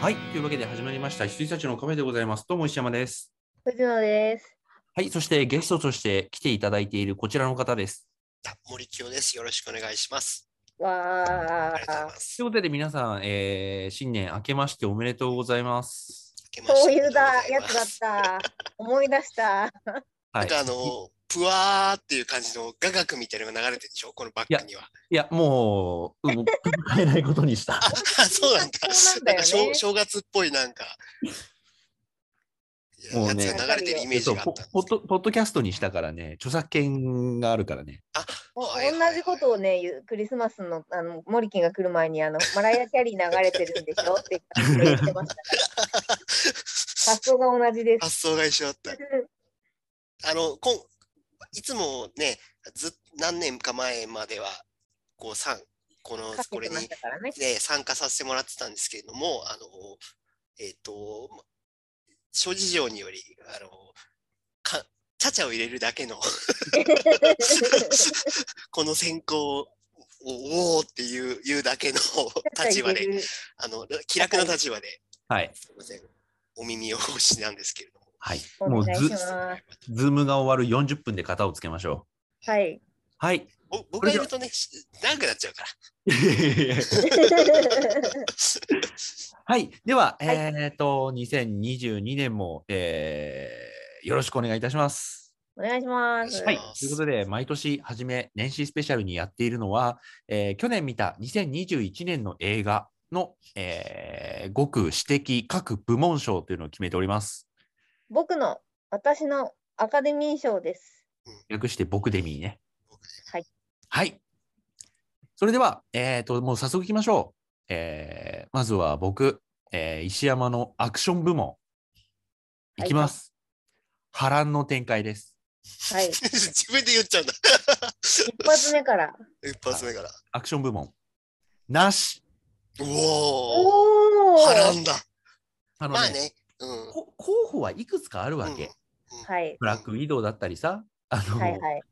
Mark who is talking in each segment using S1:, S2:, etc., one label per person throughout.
S1: はい、というわけで始まりました、羊たちのカフェでございます。どうも石山です。
S2: 藤野です。
S1: はい、そしてゲストとして来ていただいているこちらの方です。
S3: あ森清です。よろしくお願いします。あ
S2: わ
S3: りがとうございま
S2: あ、
S3: す。
S1: ということで皆さん、えー新年明けましておめでとうございます。
S3: 明けまして
S2: そういうだ
S3: おめで
S2: や
S3: と
S2: つ
S3: ござ
S2: だっ
S3: ます
S2: た。思い出した。
S1: は
S3: ないん、かあの、ぷわーっていう感じの雅楽みたいなのが流れてるでしょこのバックには。
S1: いや、もう、うん、変えないことにした。
S3: あそうなんだ。
S2: そうなんだ
S3: な
S2: よ
S3: んか
S2: ね
S3: 正正月っぽいなんか、いや
S1: もう
S3: や
S1: ね
S3: つが流れてるイメージ
S1: そう
S3: があ
S1: ポ
S3: ったんです
S1: ポッドポッドキャストにしたからね、著作権があるからね。
S2: お
S3: はいはいはい
S2: 同じことをね、言うクリスマスのあのモリキンが来る前にあのマライア・キャリー流れてるんでしょって言ってましたから。発想が同じです。
S3: 発想が一緒だった。あの、こんいつもね、ずっ何年か前までは、こう、さんこの
S2: か、け
S3: これ
S2: てまし
S3: に
S2: たからね。
S3: で参加させてもらってたんですけれども、あの、えっ、と、ま諸事情により、あの、か、チャチャを入れるだけの、 この選考を、おおーっていう、言うだけの立場で、あの、気楽な立場で、
S1: はい。
S3: すみません、お耳をおしなんですけれども。
S1: はい。も
S2: お
S1: う
S2: 願
S1: ズ
S2: いし、ます。
S1: ズームが終わる40分で型をつけましょ
S2: はい。
S1: う。はい。
S3: ぼ僕がいるとね、し長くなっちゃうから。
S1: はい。では、えっ、と、2022年も、えーよろしくお願いいたします。
S2: お願いします。
S1: はい
S3: お願いしま。す
S1: ということで、毎年初め、年始スペシャルにやっているのは、えー去年見た2021年の映画の、えー、ごく私的各部門賞というのを決めております。
S2: 僕の、私のアカデミー賞です。
S1: 略して僕デミーね。
S2: はい。
S1: はい。それでは、えっ、と、もう早速いきましょう。えーまずは僕、えー石山のアクション部門。いきます。波乱の展開です。
S2: はい。
S3: 自分で言っちゃうんだ。
S2: 一発目から。
S3: 一発目から。
S1: アクション部門。なし。
S3: うおお
S2: おお。
S3: 波乱だ。
S1: あの
S3: まあね。うん。
S1: こ候補はいくつかあるわけ。
S3: うん
S2: はい。
S1: ブラックウィドウだったりさ。あの
S2: はいはい。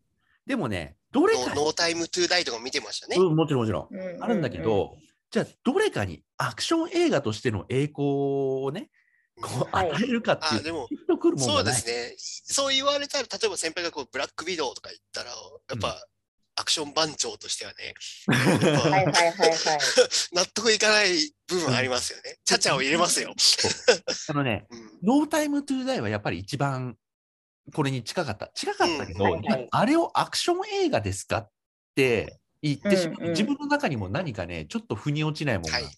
S1: でもね、どれか
S3: ノノータイムトゥーダイとかも見てましたね。
S1: うんもちろんもちろん。
S2: う
S1: あるんだけ。ど、じゃあどれかにアクション映画としての栄光をね、こう
S2: はい
S1: 与えるかっていう、
S3: あでも
S1: ピンとくるもん
S3: そ
S1: が
S3: う
S1: な
S3: で
S1: い。
S3: すね。そう言われたら、例えば先輩がこうブラックウィドウとか言ったら、やっぱ、アクション番長としてはね、やっぱ
S2: うんはいはいはいはい。
S3: 納得いかない部分ありますよね。チャチャを入れますよ。
S1: あのね、
S3: うん
S1: ノータイムトゥーダイはやっぱり一番これに近かった。近かったけど、
S2: うんはいはい
S1: あれをアクション映画ですかって言ってしまう、
S2: うんうん
S1: 自分の中にも何かね、ちょっと腑に落ちないものが。
S3: はい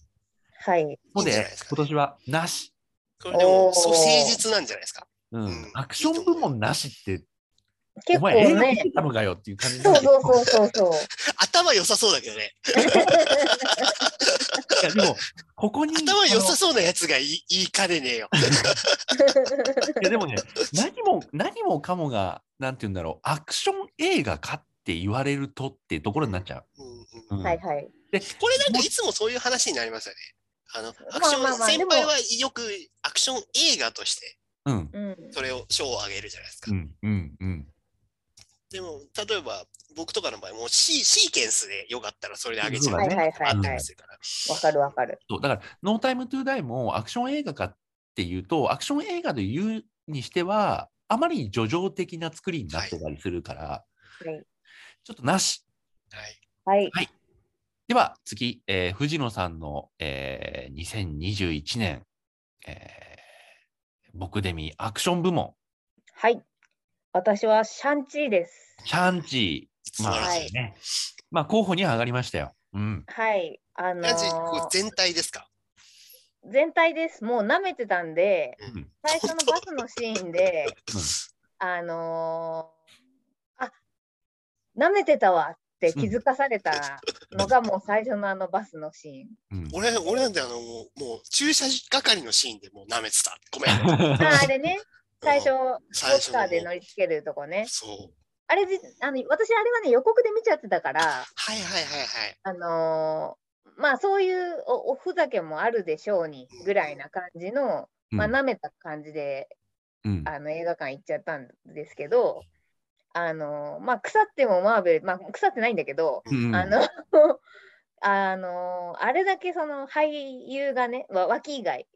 S2: はい。
S1: の
S3: いいんじゃ
S1: で
S3: ないです、か
S1: 今年はなし、
S3: これでも、
S2: おー
S3: そう誠実なんじゃないですか。
S1: うん
S3: うん
S1: アクション部門なしって、お
S2: 結構
S1: 前映画見
S2: ね。
S1: てたのかよっていう感じ
S2: そうそうそう
S1: う。
S2: そう そう。
S3: 頭良さそうだけどね。
S1: いやでも、ここに。
S3: 頭良
S1: あの
S3: さそうなやつがいいいいかでねえよ。
S1: いやでもね、何も、何もかもが、なんて言うんだろう、アクション映画かって言われるとってところになっちゃ
S3: うんうん
S1: う。うん
S2: はいはい。
S3: これなんかいつもそういう話になりますよね。あの、アクション、
S2: まあまあまあで
S3: 先
S2: も
S3: 輩はよくアクション映画として、
S1: うん。
S2: うん。
S3: それを賞をあげるじゃないですか。
S1: うん。うん。うん。
S3: でも、例えば、僕とかの場合、もうシーシーケンスでよかったらそれであげち
S1: そ
S3: ゃ
S1: う
S3: う
S2: は
S1: だ
S2: い
S1: ね
S2: はいは
S3: あ
S2: い
S3: っ
S2: は
S3: た
S2: い
S3: り。するから。
S2: わかるわかる。
S1: そうだから、ノータイムトゥーダイもアクション映画かっていうと、アクション映画で言うにしては、あまりに叙情的な作りになってたりするから、
S2: はい
S1: ちょっとなし。
S3: はい。
S2: はい。
S1: では次、えー藤野さんの、えー、2021年、えー、僕デミアクション部門、
S2: はい。私はシャンチーです。
S1: シャンチー、
S3: 素
S1: ま
S3: 晴ら
S1: あ
S3: しい。
S2: はい
S1: ね、まあ候補には上がりましたよ。うん。
S2: はい。あのー
S3: ラジこう全体ですか
S2: 全体です。もう舐めてたんで、
S1: うん
S2: 最初のバスのシーンで
S1: うん、
S2: あのーあ舐めてたわって気づかされたのがもう最初のあのバスのシ
S1: うん、
S3: 俺、俺なんてあの、もう、もう駐車係のシーンでもう舐めてた。ごめん。
S2: ーン。ああれね、最初、
S3: うん、
S2: ロ
S3: 最
S2: ッ
S3: 初
S2: カ
S3: の
S2: ーで乗りつけるとこね。
S3: そう。
S2: あれじあの、私、あれはね、予告で見ちゃってたから、
S3: はいはいはいはい。
S2: あのーまあ、そういうおおふざけもあるでしょうにぐらいな感じの、まあ、
S1: うん
S2: 舐めた感じで、
S1: うん
S2: あの映画館行っちゃったんですけど、あのーまあ、腐ってもマーベル、まあ、腐ってないんだけど、
S1: うん
S2: あの あのーあれだけその俳優がねわ脇以外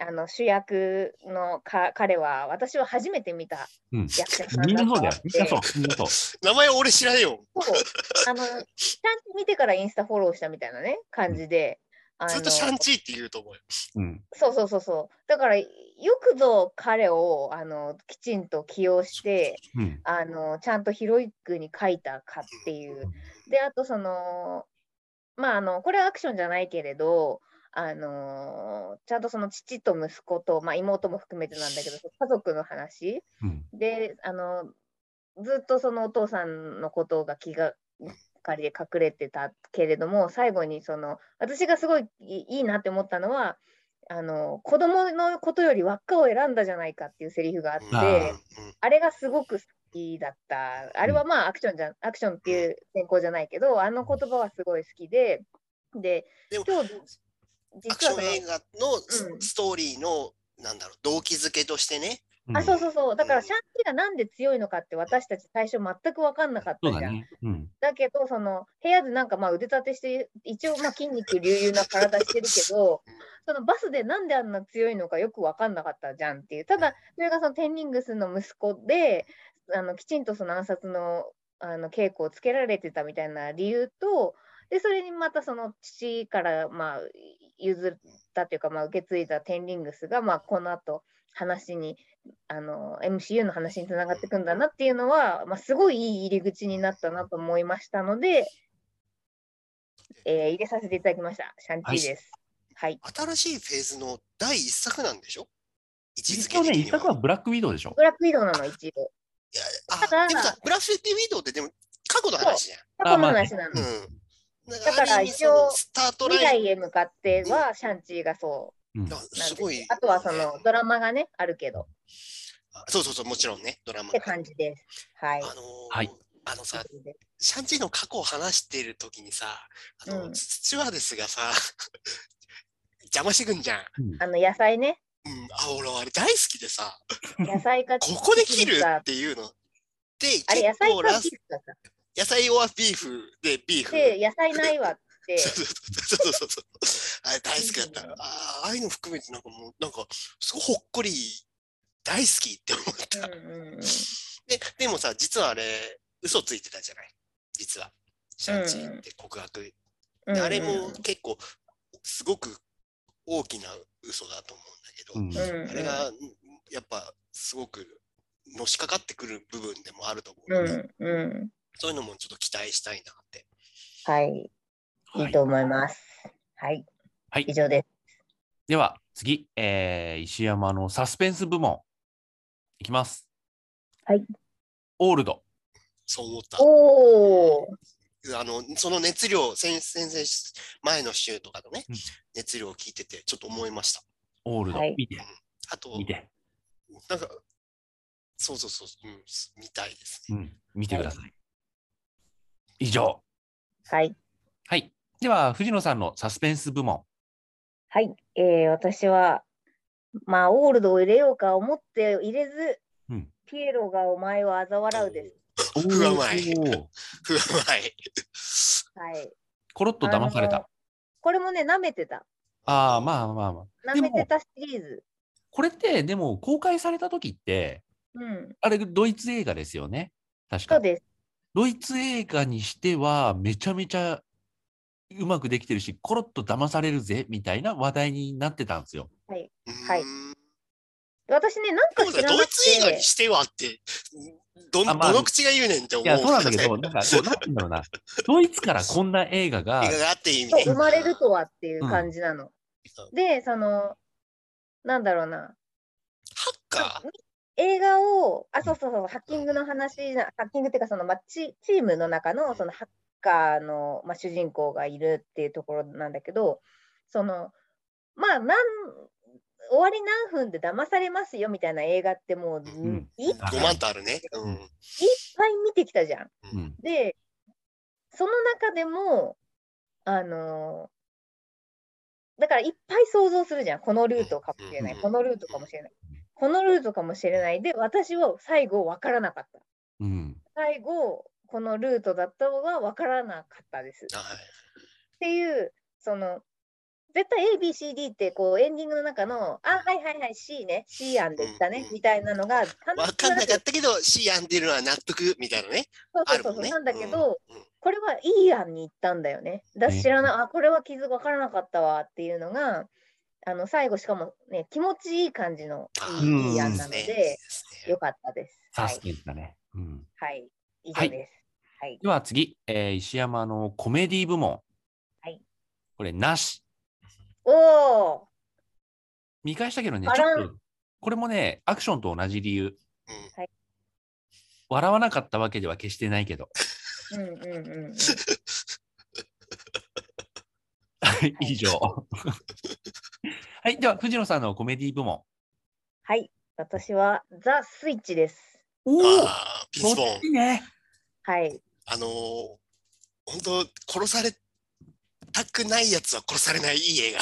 S2: あの主役のか彼は私は初めて見た
S1: うん
S2: 役者さん
S1: みん
S2: だ
S1: な
S2: と
S1: そう
S2: 思
S1: だ
S2: っ
S1: よ。みん
S2: て
S1: なそう。みんなそう。
S3: 名前俺知らねえよ。
S2: そうあのちゃんと見てからインスタフォローしたみたいなね感じで、あの
S3: ずっとシャンチーって言うと思うよ。
S1: うん。
S2: そうそうそうそうだからよくぞ彼をあのきちんと起用して
S1: うん。
S2: あのちゃんとヒロイックに書いたかっていうであとそのまああのこれはアクションじゃないけれどあのちゃんとその父と息子と、まあ、妹も含めてなんだけど家族の話
S1: うん。
S2: であのずっとそのお父さんのことが気がかりで隠れてたけれども最後にその私がすごいいいいなって思ったのはあの子供のことより輪っかを選んだじゃないかっていうセリフがあって
S3: うん
S1: あ
S3: うん
S2: あれがすごく好きだった。あれはまあアクションじゃん、アクションっていう選考じゃないけど、あの言葉はすごい好きで、で、
S3: でも
S2: 今日、
S3: アク
S2: 実
S3: ショ
S2: は
S3: ン映
S2: そ
S3: 画の
S2: うん
S3: スストーリーの、なんだろう、動機づけとしてね。
S1: うん
S2: の、あ、そうそうそう、だか
S3: う
S2: ら
S3: ん
S2: シャンティがなんで強いのかって私たち最初全く分かんなかっ
S1: そ
S2: た
S1: う
S2: じゃ
S1: だ
S2: ん。だ
S1: ね。うん。
S2: けど、その部屋でなんかまあ腕立てして、一応まあ筋肉隆々な体してるけど、そのバスでなんであんな強いのかよく分かんなかったじゃんっていう。ただ、それがそのテンリングスの息子で、あのきちんとその暗殺のあの稽古をつけられてたみたいな理由と、でそれにまたその父からまあ譲ったというか、まあ、受け継いだテンリングスが、まあ、この後話にあの MCU の話につながっていくんだなっていうのは、まあ、すごいいい入り口になったなと思いましたので、えー入れさせていただきました。シャンティです。はい。
S3: 新しいフェーズの第一作なんでしょ位置づ
S1: 実
S3: け
S1: 況
S3: 的
S1: ね、
S3: に
S1: 一作はブラックウィドウでしょ
S2: ブ。ラックウィドウなの一応。
S3: いや
S2: だか
S3: あ
S2: ら
S3: でもさ、ブラッフィティウィドウってでも過去の話じゃん。
S2: 過去の話なの。
S3: うん。だ
S2: だから
S3: ある意味
S2: 一応
S3: そのスタート
S2: 未
S3: ライン
S2: 来へ向かってはシャンチーがそ
S1: うん
S3: が
S2: うなん
S3: す
S2: です
S3: ごい、
S2: あとはそ
S3: ね
S2: のドラマがねあるけど
S3: あそうそうそう、もちろんね、ドラマ
S2: って
S3: が
S2: 感じです。はい。
S3: あのー
S1: はい
S3: あのさ、シャンチーの過去を話しているときにさ、あの、
S2: うん
S3: スチュワーデスがさ、 邪魔してくんじゃん。
S2: あの野菜ね
S3: うん、あ、俺あれ大好きでさ、
S2: 野菜か
S3: ここで切る
S2: か
S3: っていうの。で、
S2: あれ野
S3: 結
S2: 菜
S3: 構ラ
S2: か
S3: ス
S2: 切るかさ
S3: 野菜はビーフでビーフ。
S2: で野菜ないわって
S3: そうそうそうそうそう。あれ大好きだった。ああああいうの含めてなんかもう、なんか、すごいほっこり、大好きって思った。
S2: うんうんうん
S3: で、でもさ、実はあれ、嘘ついてたじゃない実は。シャンチーって告白。
S2: うんうん
S3: であれも結構、すごく大きな嘘だと思
S1: う
S3: うん
S1: ん
S3: だけど、
S2: うんうん
S3: あれが、やっぱ、すごく、のしかかってくる部分でもあると思う
S2: う
S3: ので、
S2: んうん
S3: そういうのもちょっと期待したいなって。
S2: はいい
S1: はい
S2: いと思います。はい
S1: はい
S2: 以上です。
S1: では次、えー石山のサスペンス部門いきます。
S2: はい。
S1: オールド。
S3: そう思った。
S2: おお
S3: あの、その熱量、先先々し前の週とかのね、
S1: うん
S3: 熱量を聞いてて、ちょっと思いました。
S1: オールド。
S2: はい
S1: 見て、
S3: あと、
S1: 見て、
S3: なんか、そうそうそう、うん、見たいです
S1: う
S3: ね。
S1: ん、見てください。以上。
S2: はい
S1: はい。では、藤野さんのサスペンス部門。
S2: はいえー私はまあオールドを入れようか思って入れず
S1: うん
S2: ピエロがお前を嘲笑うです。
S3: うわうまい
S1: おー
S3: ふわまい。
S2: はい。
S1: コロッと騙された。
S2: これもね、舐めてた。
S1: ああー、まあまあまあ。で
S2: 舐
S1: も
S2: めてたシリーズ。
S1: これって、でも、公開された時って、
S2: うん。
S1: あれ、ドイツ映画ですよね。確
S2: そ
S1: か
S2: う。です。
S1: ドイツ映画にしては、めちゃめちゃうまくできてるし、コロッと騙されるぜ、みたいな話題になってたんですよ。
S2: はいう
S3: ーん
S2: 私ね、なん
S3: で
S2: か
S3: も
S2: 知
S3: さ
S2: ら
S3: ド
S2: な
S3: イ
S2: く
S3: ツ映画に
S2: て、
S3: してはって、ど,、
S1: あまあ
S3: どの口が言うねんって思う。
S1: いや、そうなんだ けど、なんか、そう、なんていうんだろう な。ドイツからこんな映画が
S3: 映、画があっていいみた
S2: そう
S3: いな。
S2: 生まれるとはっていう感じなの。
S3: うん
S2: で、その、なんだろうな、
S3: ハッカー
S2: 映画を、あ、そうそうそう、ハッキングの話な、ハッキングっていうか、その、まあ、チチームの中の、その、ハッカーの、まあ、主人公がいるっていうところなんだけど、その、まあ、なん、終わり何分で騙されますよみたいな映画ってもう、
S1: ん
S2: いっぱ
S3: 5万とあるね。うん。
S2: い見てきたじゃん。
S1: うん、
S2: で、その中でも、あのーだからいっぱい想像するじゃん。このルートかもしれない。
S3: うん
S2: このルートかもしれない。このルートかもしれない。で、私は最後分からなかった。
S1: うん、
S2: 最後、このルートだったのは分からなかったです。
S3: は
S2: っていう、その、絶対 ABCD ってこうエンディングの中の、あ、はいはいはい、C ね、C 案でしたね、みたいなのが、わ
S3: 分かんなかったけど C 編んでるのは納得みたいなね。
S2: そう
S3: あ
S2: そう
S3: る
S2: そ
S3: も
S2: うんそう、
S3: ね。
S2: なんだけど、
S3: うん、うん
S2: これはいい案に行ったんだよね。だし知らない、あ、これは傷分からなかったわっていうのが、あの最後、しかもね、気持ちいい感じの
S3: あ
S1: う
S2: い
S1: ん
S2: いいい案なの
S3: いいで
S2: で、
S3: すね
S2: よかったです。
S1: サ
S2: は
S1: ス
S2: い、
S1: ペンスだね。うん、
S2: はい、以
S1: は
S2: 上
S1: い
S2: です。はい、
S1: では次、えー石山のコメディ部門。
S2: はい
S1: これ、なし。
S2: おー、
S1: 見返したけどね、
S2: あ
S1: ち
S2: ら
S1: ょっと、これもね、アクションと同じ理由。
S3: うん
S1: 笑わなかったわけでは決してないけど。
S2: うんうんうんうん。
S1: はい 以上。 はい、では、藤野さんのコメディ部門。
S2: はい、私はザ・スイッチです。
S1: お
S3: あーピンスポ
S1: こ
S3: ー
S1: っ
S3: ン。
S1: ちね。
S2: はい、
S3: あのー、本当殺されたくないやつは殺されないいい映画。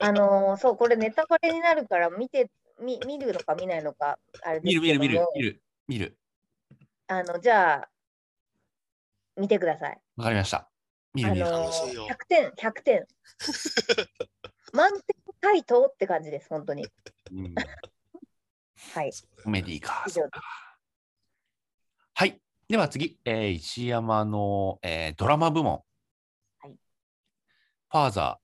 S2: あのーそう、これネタバレになるから見て、み見るのか見ないのか、あれで
S1: 見
S2: す
S1: る見る
S2: けども
S1: 見る見る見る。
S2: あの、じゃあ、見てください。
S1: わかりました。見る
S2: あ
S1: 見る。
S2: の
S3: そうよ
S2: ー、100点、100点。 満点回答って感じです、本当に。
S1: うん
S2: はい、
S1: コメディか
S2: 以。上
S1: はい。では次、えー石山の、えードラマ部門。
S2: はい
S1: ファーザ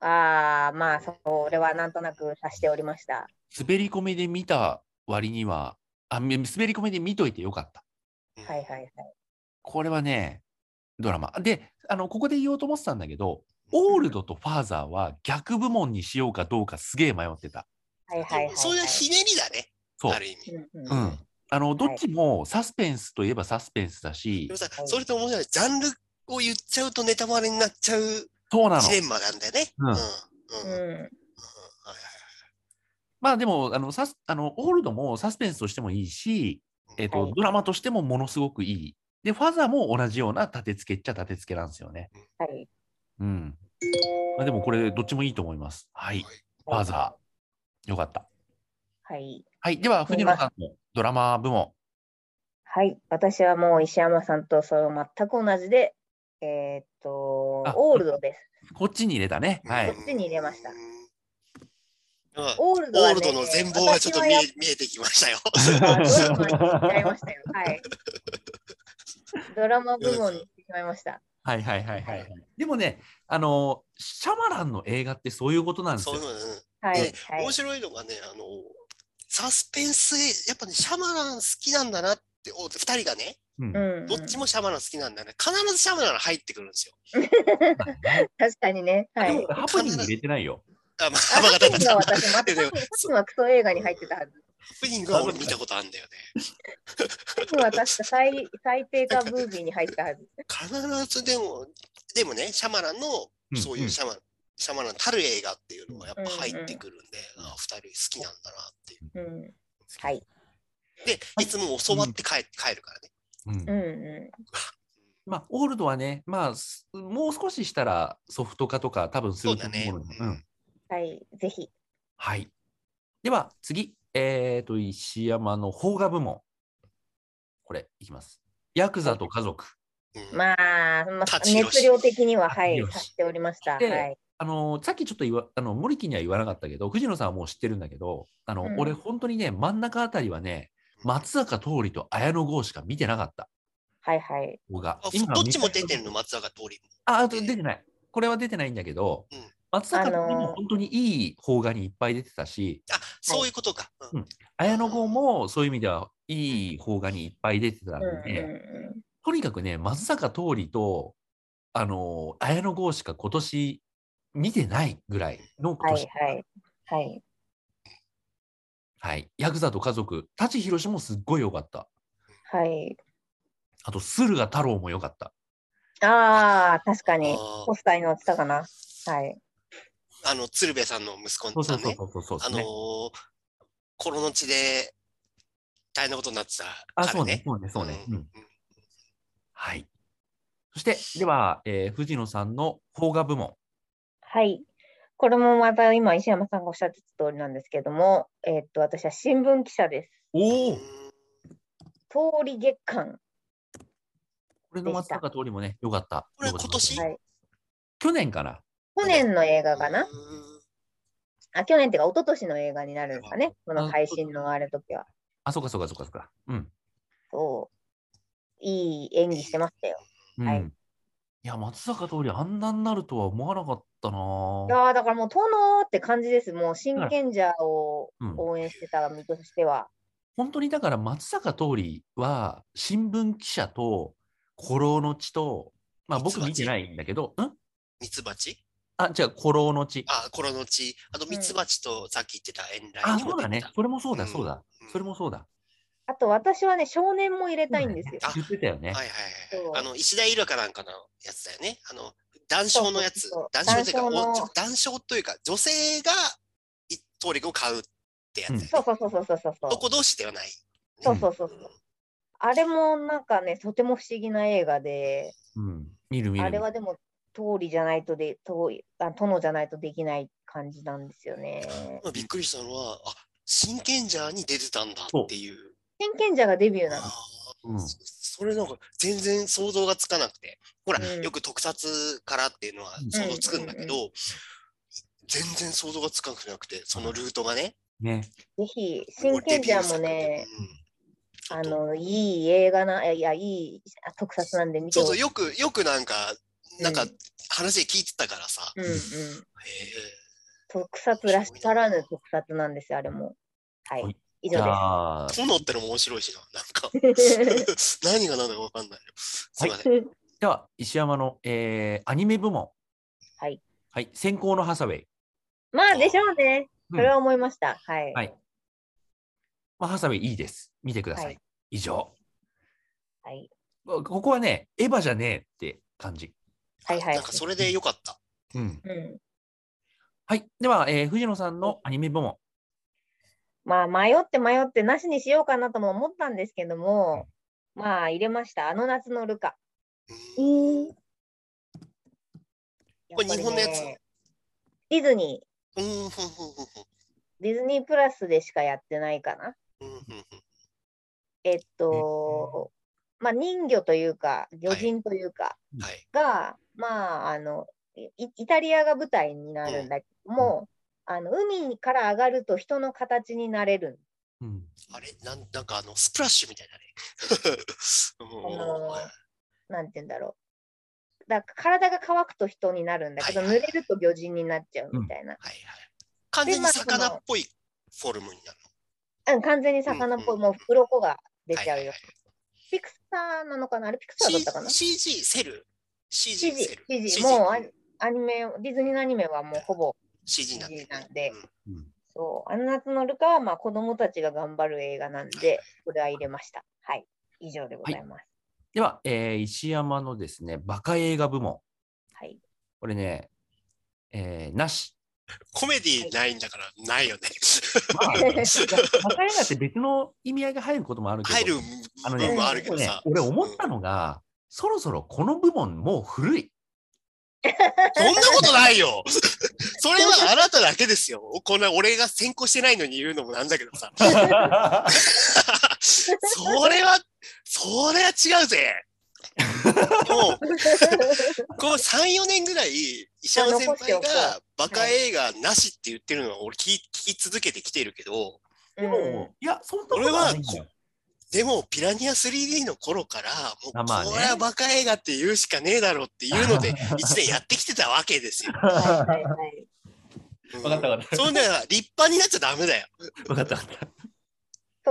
S2: あー、まあ、それはなんとなく察しておりました。
S1: ー、滑り込みで見た割には、あ、み滑り込みで見といてよかった。
S3: う ん
S2: はいはいはい。
S1: これはね、ドラマ。で、あの、ここで言おうと思ってたんだけど、オールドとファーザーは逆部門にしようかどうかすげえ迷ってた。
S2: はいはいはい、はい。
S3: そういうひねりだね。
S1: そう
S3: あ。る意味。
S2: うん
S1: う
S2: うん
S1: ん。あの、どっちもサスペンスといえばサスペンスだし
S3: でも、さ
S2: は、い
S3: それと面白い。ジャンルを言っちゃうとネタバレになっちゃう
S1: そうなの
S3: ジ。レンマなんだよね。
S1: うん
S3: うん。うん。うん
S2: うん
S3: はい
S1: まあでも、あの、サスあのオールドもサスペンスとしてもいいし、えっと
S2: はい
S1: ドラマとしてもものすごくいい。で、ファザーも同じような立て付けっちゃ立て付けなんですよね。
S2: はい。
S1: うん。まあ、でもこれ、どっちもいいと思います。はい。ファザー。よかった。
S2: はい。
S1: はい。では、藤野さんのドラマ部門。
S2: はい、私はもう石山さんとそれ全く同じで、えーっと
S1: あ、
S2: オールドです。
S1: こっちに入れたね。は
S3: はいい。
S2: こ。っちに入れました
S3: うんうん
S2: オールド
S3: オ
S2: は、
S3: ー
S2: ね、
S3: ルドの全貌がちょっと見え
S2: 私
S3: 見えてきましたよ。
S2: はやっぱドラマに行っちゃいましたよ。はい。ドラマ部門に行ってしまいました。
S1: はいはいはいはいはい。でもね、あの、シャマランの映画ってそういうことなんです
S3: そう
S1: よ
S3: いう。のね。
S2: はい。
S3: ね
S2: はい
S3: 面、白いのがね、あの、サスペンス映、やっぱね、シャマラン好きなんだなって、お二人がね、
S1: うん
S2: うん、
S3: どっちもシャマラン好きなんだね。必ずシャマラン入ってくるんですよ。
S2: 確かにね。は
S1: でも。
S2: い
S1: ハプニング入れてないよ。
S3: あ、まあ、
S2: あ、
S3: まあ
S2: ハプニングは私、
S3: ハ
S2: 全
S3: プ
S2: くハプニングはクソ映画に入ってたはず。
S3: ニングは俺見たことあるんだよね。
S2: ハプニングは確か最最低かブービーに入ってたはず。
S3: 必ずでも、でもね、シャマランの、
S1: ん
S3: そういううシャマラン、シャマランたる映画っていうのがやっぱ
S2: うんうん
S3: 入ってくるんで、ああ二人好きなんだなっていう。
S2: うん。はい。
S3: で、いつも教わって帰,、帰るからね。
S1: うん
S2: うんう
S1: まあ、オールドはね、まあ、すもう少ししたらソフト化とか多分すると思うので
S3: そうだね
S1: うん
S2: ん。はい。ぜひ。
S1: はい。では、次、えっ、と、石山の邦画部門。これ、いきます。ヤクザと家族。
S3: うん
S2: まあ、まあ
S3: 立ち寄り
S2: 熱量的には、はい、
S1: 立ち寄り
S2: 察しておりました。は
S1: で
S2: い。
S1: あのーさっきちょっと言わあの森木には言わなかったけど、藤野さんはもう知ってるんだけど、あの
S2: うん
S1: 俺、本当にね、真ん中あたりはね、松坂桃李と綾野剛しか見てなかった。
S2: はいはい。
S1: 邦画
S3: あどっちも出てる
S1: の
S3: の、松坂通りも。
S1: あ、あと出てない。これは出てないんだけど、
S3: うん
S1: 松坂桃李
S2: あの
S1: も
S2: ー
S1: 本当にいい邦画にいっぱい出てたし、
S3: あ、そういうことか。うん
S1: 綾野剛もそういう意味ではいい邦画にいっぱい出てたんで、
S2: うんうん
S1: とにかくね、松坂桃李と、あのー綾野剛しか今年見てないぐらいの
S2: うん、は
S1: 今
S2: い
S1: 年、
S2: はい。はい。
S1: はいヤクザと家族、舘ひろしもすっごい良かった。
S2: はい。
S1: あと、駿河太郎も良かった。
S2: ああ、確かに。
S3: あ
S2: ポスターに載ってたかな。はい。
S3: ーあの、鶴瓶さんの息
S1: そ
S3: 子
S1: うそ
S3: さ
S1: うんそう
S3: ね。
S1: そうそう
S3: あのー、コロの地で大変なことになってた
S1: あ、そ
S3: 彼
S1: うね
S3: ね、。
S1: そうね、そうね。うん
S3: ん
S1: はい。そして、では、えー藤野さんの邦画部門。
S2: はい。これもまた今、石山さんがおっしゃってた通りなんですけども、えーっと、私は新聞記者です。
S1: お
S3: う
S1: こ
S2: 通
S3: ん
S2: り月間。
S1: れの松坂桃李もね、良かった。
S3: これ
S1: 良かった
S3: 今年
S2: はい。
S1: 去年かな
S2: 去年の映画かな
S3: うーん
S2: あ、去年っていうか、一昨年の映画になるんですかね。この配信のある時は。
S1: あ、そうかそうかそうかそうか。うん。
S2: そう。いい演技してましたよ。
S1: うん
S2: はい
S1: いや、松坂通りあんなになるとは思わなかったないぁ
S2: やーだからもう、殿って感じです。もう、真剣者を
S1: うん
S2: 応援してた身としては。
S1: 本当にだから松坂桃李は新聞記者と古老の地と、まあ僕見てないんだけど、ん
S3: ミツバチ
S1: あ、違う、古老の地。
S3: あ、コロのち、あのミツバチとさっき言ってた遠
S1: あ、
S3: 雷に
S1: そう
S3: も出
S1: だ
S3: て
S1: ね
S3: た。。
S1: それもそうだ、
S3: うん
S1: そうだ。それもそうだ。
S2: あと、私はね、少年も入れたいんですよ。
S3: あ
S1: 言ってたよね。
S3: はいはいはい
S2: そう
S3: はい。あの、石田イルカなんかのやつだよね。あの、男性のやつ
S2: そうそうそう。
S3: 男性というか、
S2: 男性の
S3: おちょ男性というか、女性がい通りを買うってやつだよね。
S2: そうそうそうそうそうそう。
S3: 男同士ではない。
S2: そうそうそう
S3: う
S2: そ
S3: ん
S2: う。あれもなんかね、とても不思議な映画で、
S1: うん。見る見る。
S2: あれはでも、通りじゃないとで、通り、あ殿じゃないとできない感じなんですよね。
S3: まあびっくりしたのは、あ、真剣ジャーに出てたんだっていう。
S2: 真剣者がデビューなの
S3: あ。
S1: うん
S3: ーそれなんか全然想像がつかなくて。ほら、
S2: うん
S3: よく特撮からっていうのは
S1: うん
S3: 想像つくんだけど、
S2: う
S3: 全然想像がつかなくて、そのルートがね。
S1: ね。
S2: ぜひ、真剣者もね、
S3: うん
S2: あの、いい映画な、いや、いいあ特撮なんで見て
S3: そう
S2: ほ
S3: そう、
S2: しい。
S3: よく、よくなんか、なん
S2: う
S3: か
S2: ん
S3: 話で聞いてたからさ。
S2: うんうん。
S3: へ
S2: 特撮らしからぬ特撮なんですよ、あれも。は
S1: はいい。
S2: 以
S1: じ
S2: 上です。
S1: ゃあ、
S3: え炎ってのも面白いしな、なんか。 何が何だか分かんないよ。すいません。
S1: では、石山の、えーアニメ部門。
S2: はい。
S1: はい。先行のハサウェイ。
S2: まあ、でしょうね。
S1: うん
S2: それは思いました。はい。
S1: はいまあ、ハサウェイいいです。見てください。
S2: はい
S1: 以上。
S2: はい。
S1: こここはね、エヴァじゃねえって感じ。
S2: はいはい
S3: なんかそれでよかった。
S1: うん。
S2: うん。
S1: はい。では、えー藤野さんのアニメ部門。
S2: まあ、迷って迷ってなしにしようかなとも思ったんですけども、まあ、入れました。あの夏のルカ。
S3: うん
S2: やっぱりね
S3: これ日本のやつ
S2: ディズニー。
S3: うんうんうん
S2: ディズニープラスでしかやってないかな。
S3: うんうん
S2: えっと、まあ、人魚というか、魚人というか、
S3: はい。
S2: が、まあ、あの、いイタリアが舞台になるんだけども、あの海から上がると人の形になれるん
S1: うん。
S3: あれなんなんかあのスプラッシュみたいな ね。うん
S2: あなんて言うんだろう。だから体が乾くと人になるんだけど、
S3: は
S2: 濡
S3: いはい
S2: れると魚人になっちゃうみたいな。
S3: はいはい。完全に魚っぽいフォルムになる。
S2: うん、完全に魚っぽ
S3: う
S2: い、
S3: ん
S2: もう鱗が出
S3: はい
S2: ち
S3: は
S2: ゃ
S3: いうはい
S2: よ。ピクサーなのかなあれピクサーだったかな
S3: C- CG セル CG セル
S2: CG もうあ
S3: CG
S2: アニメ、ディズニーのアニメはもうほぼ
S3: CG なんで
S2: CG なんで
S3: うん
S1: うん
S2: そう、あの夏のルカはまあ子供たちが頑張る映画な んで、これは入れました。はい、以上でございます。
S1: では、えー石山のですね、バカ映画部門。
S2: はい。
S1: これね、えーなし。
S3: コメディないんだからないよね。
S1: まあバカ映画って別の意味合いが入ることもあるけど、
S3: 入る
S1: あ
S3: 部
S1: の
S3: 分
S1: ね
S3: もあるけど
S1: ね
S3: さ。
S1: 俺思ったのが、そろそろこの部門もう古 い。
S3: そんなことないよそれはあなただけですよ。こんな俺が先行してないのに言うのもなんだけどさ。それは、それは違うぜもう、この3、4年ぐらい、石山先輩がバカ映画なしって言ってるのは俺聞き聞き続けてきてるけど、
S1: でも、いや、そんなこと
S3: 俺は
S1: ないんだよ。
S3: でも、ピラニア 3D の頃から、も
S1: あまあね
S3: う、これはバカ映画って言うしかねえだろうっていう ので、1年やってきてたわけですよ。
S2: うん、はいはいはい。
S3: うん
S1: わかったわかった
S3: そんな、立派になっちゃダメ だよ。
S1: わかったわかった。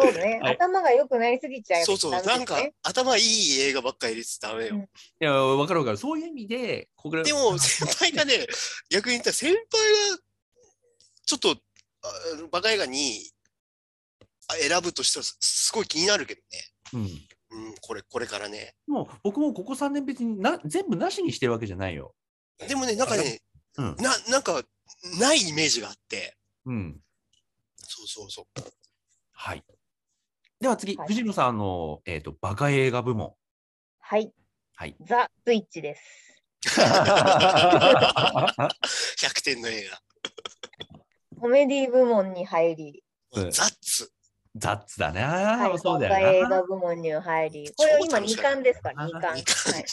S2: そうね、
S1: はい
S2: 頭が良くなりすぎちゃう。
S3: そうそう、なんか頭いい映画ばっかり入れてたらダメよ。
S2: うん
S1: いや、わかるわかる。そういう意味で、これ
S3: でも先輩がね、逆に言ったら先輩がちょっとあバカ映画にあ選ぶとしたらすすごい気になるけど
S1: うん、で
S3: ね。うん、これ、これからね。
S1: も僕もここ3年別にな全部なしにしてるわけじゃないよ。
S3: でもね、なんかね、
S1: うん
S3: ななんかないイメージがあって。
S1: うん。
S3: そうそうそう。
S1: はい。では次、
S2: はい
S1: 藤野さんの、えー、とバカ映画部 門。
S2: はい。
S1: はい。
S2: ザ・スイッチです。
S3: 100点の映
S2: コメディ部門に入り、
S1: うん
S3: 画。ザッツ。
S1: 雑だな、
S2: はい、
S1: そう
S2: バ
S1: だ
S2: カ映
S1: よな。
S2: 画部門に入り、これは今
S3: 超楽し
S2: 2
S3: かった
S2: 巻ですから、2巻。
S3: 二巻
S2: はい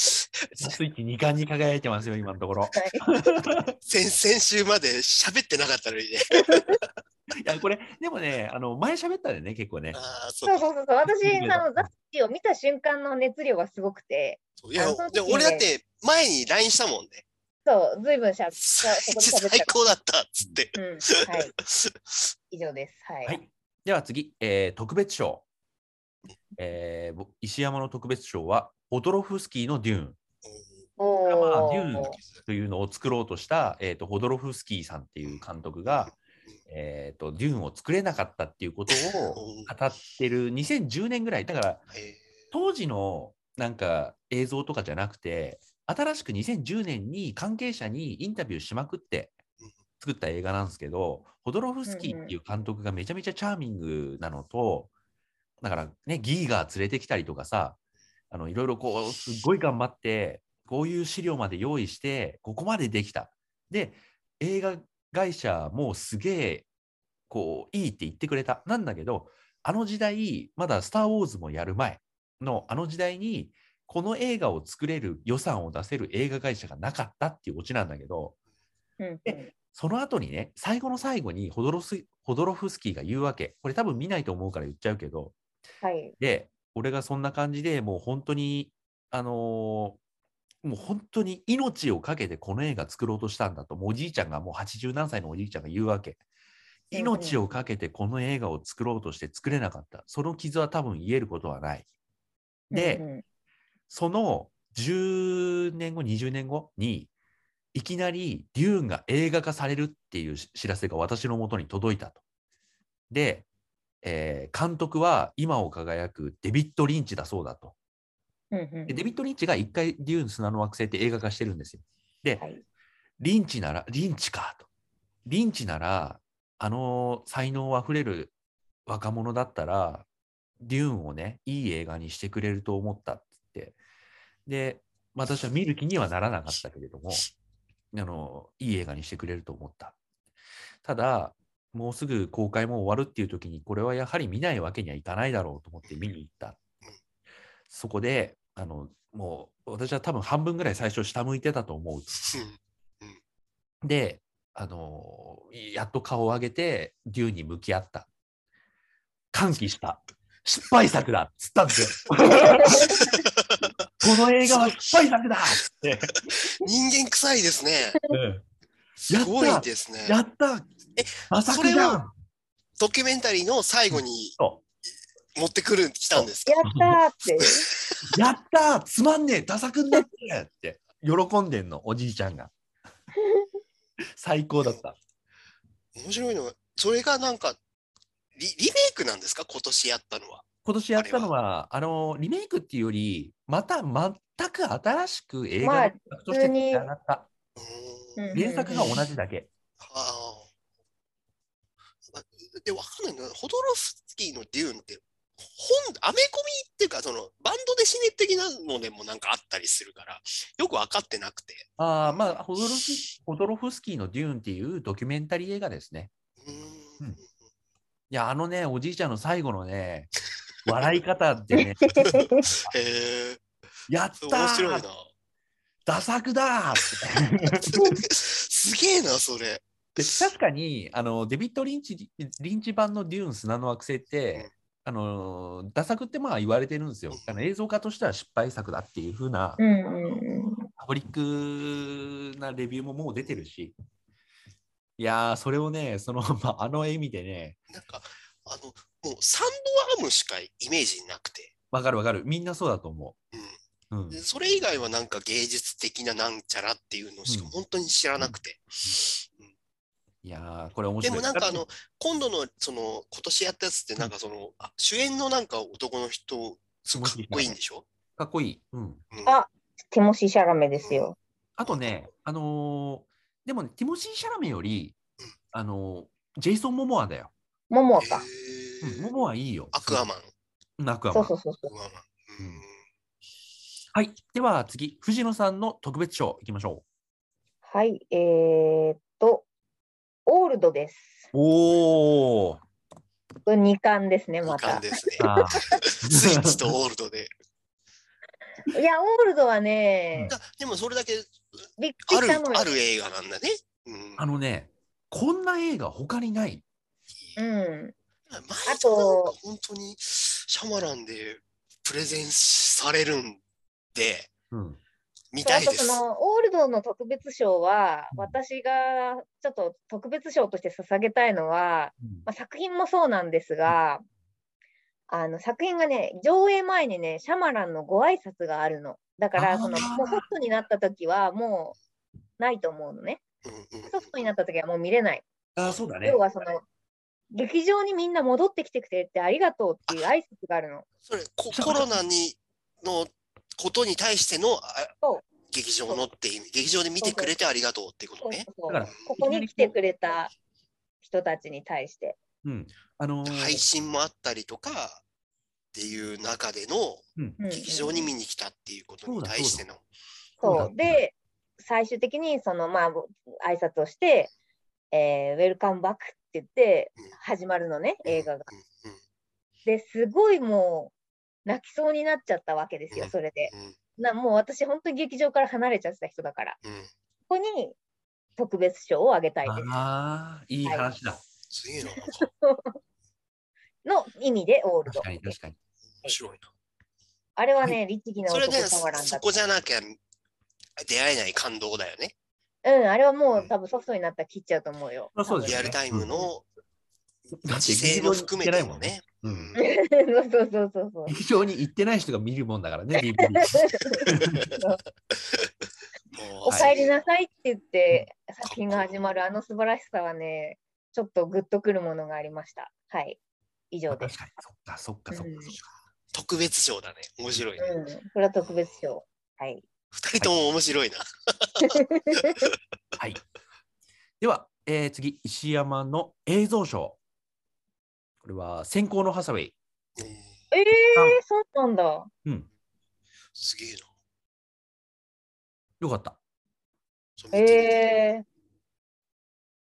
S1: スイッチ2冠に輝いてますよ、今のところ。
S3: 先々週まで喋ってなかったのにね。
S1: い や、これ、でもね、あの前喋ったでね、結構ね。
S3: ああ、そ
S2: そうう
S3: か
S2: そうそうそう、私、あの、ザッチを見た瞬間の熱量がすごくて、
S3: いや
S2: あそう、で
S3: で
S2: すね
S3: 俺だって前に LINE したもんね。
S2: そう、ずいぶんしゃ、そ
S3: 最
S2: こ で喋ったか
S3: 高だったっつって。
S2: ら。うん、 はい、以上です。はい。
S1: はい、では次、えー特別賞、えーぼ石山の特別賞は、オトロフスキーのデューン
S2: お
S1: まあ
S2: お
S1: デューンというのを作ろうとした、えー、とホドロフスキーさんっていう監督が、えー、とデューンを作れなかったっていうことを語ってる2010年ぐらいだから
S3: へ
S1: 当時のなんか映像とかじゃなくて新しく2010年に関係者にインタビューしまくって
S3: うん
S1: 作った映画なんですけどホドロフスキーっていう監督がめちゃめちゃチャーミングなのとだからねギーガー連れてきたりとかさあのいろいろこうすっごい頑張ってこういう資料まで用意してここまでできたで映画会社もすげえこういいって言ってくれたなんだけどあの時代まだ「スター・ウォーズ」もやる前のあの時代にこの映画を作れる予算を出せる映画会社がなかったっていうオチなんだけど
S2: うんうん
S1: その後にね最後の最後にホドロスホドロフスキーが言うわけこれ多分見ないと思うから言っちゃうけど
S2: はい。
S1: で俺がそんな感じでもう本当にあのーもう本当に命を懸けてこの映画作ろうとしたんだともうおじいちゃんがもう80何歳のおじいちゃんが言うわけ
S2: うんうん
S1: 命を懸けてこの映画を作ろうとして作れなかったその傷は多分癒えることはないで、
S2: うんうん
S1: その10年後、20年後に、いきなりデューンが映画化されるっていう知らせが私のもとに届いたと。で、えー監督は今を輝くデビッド・リンチだそうだと。
S2: うん
S1: でデビッド・リンチが一回デューン砂の惑星って映画化してるんですよ。で、
S2: はい
S1: リンチなら、リンチかと。リンチなら、あの才能あふれる若者だったら、デューンをね、いい映画にしてくれると思ったっつって。で、まあ私は見る気にはならなかったけれども、あのいい映画にしてくれると思った。ただ、もうすぐ公開も終わるっていう時に、これはやはり見ないわけにはいかないだろうと思って見に行った。そこで、あのもう私は多分半分ぐらい最初下向いてたと思う。
S3: ーうん
S1: で、あのーやっと顔を上げて、竜に向き合った。歓喜した。失敗作だっつったんですよ。この映画は失敗作だっつって。
S3: 人間臭いですね。すごいですね。
S1: やった
S3: え
S1: まさ
S3: そ
S1: か
S3: れ
S1: じゃ
S3: は
S1: ん
S3: ドキュメンタリーの最後に
S1: そ
S3: 持ってくる、来たんですか
S2: やったーって。
S1: やったつまんねえダサくんだってって喜んでんの、おじいちゃんが。最高だった。
S3: 面白いのは、それがなんか、リリメイクなんですか今年やったのは。
S1: 今年やったのは、あのーリメイクっていうより、また全く新しく映
S2: ま
S1: 画
S2: あ
S1: として立ち上がった。
S3: う
S2: う
S3: ーん。
S2: んうん
S1: 原作が同じだけ。
S3: ああ。で、わかんないのはホドロフスキーのデューンって、本、アメコミっていうか、その、バンドで死ね的なのでもなんかあったりするから、よく分かってなくて。
S1: ああ、まあホドロフ、ホドロフスキーのデューンっていうドキュメンタリー映画ですね。
S3: うー
S1: うんん。いや、あのね、おじいちゃんの最後のね、笑い方で ね、
S3: へえ
S1: やった
S3: 面白い
S1: ー
S3: な。
S1: ダサくだーって。
S3: すげえな、それ。
S1: で確かに、あの、デビッド・リンチ、リンチ版のデューン砂の惑星って、あのー、ダサくってまあ言われてるんですよ。あの映像化としては失敗作だっていうふうな
S2: う、んうんうん。
S1: パブリックなレビューももう出てるし。いやー、それをね、その、 まあ、あの絵見てね、
S3: なんか、あの、もうサンドアームしかイメージなくて、
S1: わかるわかる。みんなそうだと思う。うん
S3: で。それ以外はなんか芸術的ななんちゃらっていうのしか
S1: うん
S3: 本当に知らなくて。
S1: いやー、これ面
S3: で
S1: 白い。
S3: もなんかあの、今度のその今年やったやつってなんかその、あ主演のなんか男の人、すごいかっこいいんでしょ、
S1: かっこいい。うん。
S3: うん
S2: あティモシー・シャラメですよ。
S1: あとね、あのーでもね、ティモシー・シャラメより
S3: うん、
S1: あのージェイソン・モモアだよ。
S2: モモア
S3: へ
S2: か。
S1: うん
S3: ー
S1: モモアいいよ。
S3: アクアマン。
S1: ン。アクア
S2: そ
S1: マン
S2: うそ。うそうそう。
S3: アクアマン。うん
S1: はい。では次、藤野さんの特別賞いきましょ
S2: はい、えー、っと、オールドです。
S1: う。おー。
S2: これ2巻ですね、ま
S3: 二
S2: た
S3: 冠。ですね。
S1: あー
S3: スイッチとオールドで。
S2: いや、オールドはね、
S3: だでもそれだけ
S2: びっくりし
S3: ある
S2: たのよ。
S3: ある映画なんだね。うん、
S1: あのね、こんな映画他にない。
S2: うん。
S3: 前
S2: あ
S3: と
S2: と
S3: なんか本当にシャマランでプレゼンされるんで
S1: うん。
S3: 見
S2: そう
S3: た
S2: あ
S3: い
S2: と
S3: です。
S2: そのオールドの特別賞は、
S1: うん
S2: 私がちょっと特別賞として捧げたいのは、まあ、作品もそうなんですが、あの作品がね、上映前にね、シャマランのご挨拶があるの。だか
S1: あー
S2: ら、そのもうソフトになった時はもうないと思うのね。
S3: うんうん
S2: ソフトになった時はもう見れない。
S1: ああ、そうだね
S2: 要。はその、劇場にみんな戻ってきてくれてありがとうっていう挨拶があるの。
S3: それココロナにのことに対してのあ
S2: そう
S3: 劇場のって意味劇場で見てくれてありがとうってこと
S2: そう
S3: ね。
S2: そう
S1: だから
S2: ここに来てくれた人たちに対して。
S1: うん。あのー
S3: 配信もあったりとかっていう中での
S1: うん
S2: うんうん
S3: 劇場に見に来たっていうことに対しての。
S2: そうで最終的にそのまあ挨拶をして、えーウェルカムバックって言って
S3: うん
S2: 始まるのね、映画が。
S3: うんうん
S2: ですごいもう泣きそうになっちゃったわけですよ
S3: うん
S2: それで。
S3: うん
S2: なもう私本当に劇場から離れちゃってた人だから
S3: うん
S2: ここに特別賞をあげたいです
S1: ああ、いい話だ。
S3: すげえな、なんか
S2: の意味でオールド
S1: 確。かに確かに。
S3: 面白い
S2: あ れはね、律儀
S3: な。
S2: な
S3: それ
S2: 男
S3: ね、
S2: シャ
S3: そ
S2: ワランだ
S3: そこじゃなきゃ出会えない感動だよね。
S2: うん、あれはも
S3: う
S2: うん多分ソフトになったら切っちゃうと思うよ。
S1: まあそうだ
S3: リ
S1: よ
S3: ア
S1: ね
S3: ルタイムの
S1: だって
S3: 姿勢も含めてもね。
S1: う
S3: うん ん
S2: そうそうそうそうそう。
S1: 劇場に行ってない人が見るもんだからね、DVD
S2: お
S3: は
S2: 帰
S3: い
S2: りなさいって言って、作品が始まるあの素晴らしさはね、ちょっとグッとくるものがありました。はい。以上です。
S1: 確かに、そっかそっかそっか。
S2: うん
S3: 特別賞だね。面白いね。
S2: うん。これは特別賞。はい。
S3: 二人とも面白いな。
S1: はい。では、えー次、石山の映像賞。これは先行のハサウェイ。
S3: うん
S2: ええー
S1: あ、
S2: そうなんだ。
S1: うん、
S3: すげえな。
S1: よかった。
S3: そう見てみたい
S2: ええ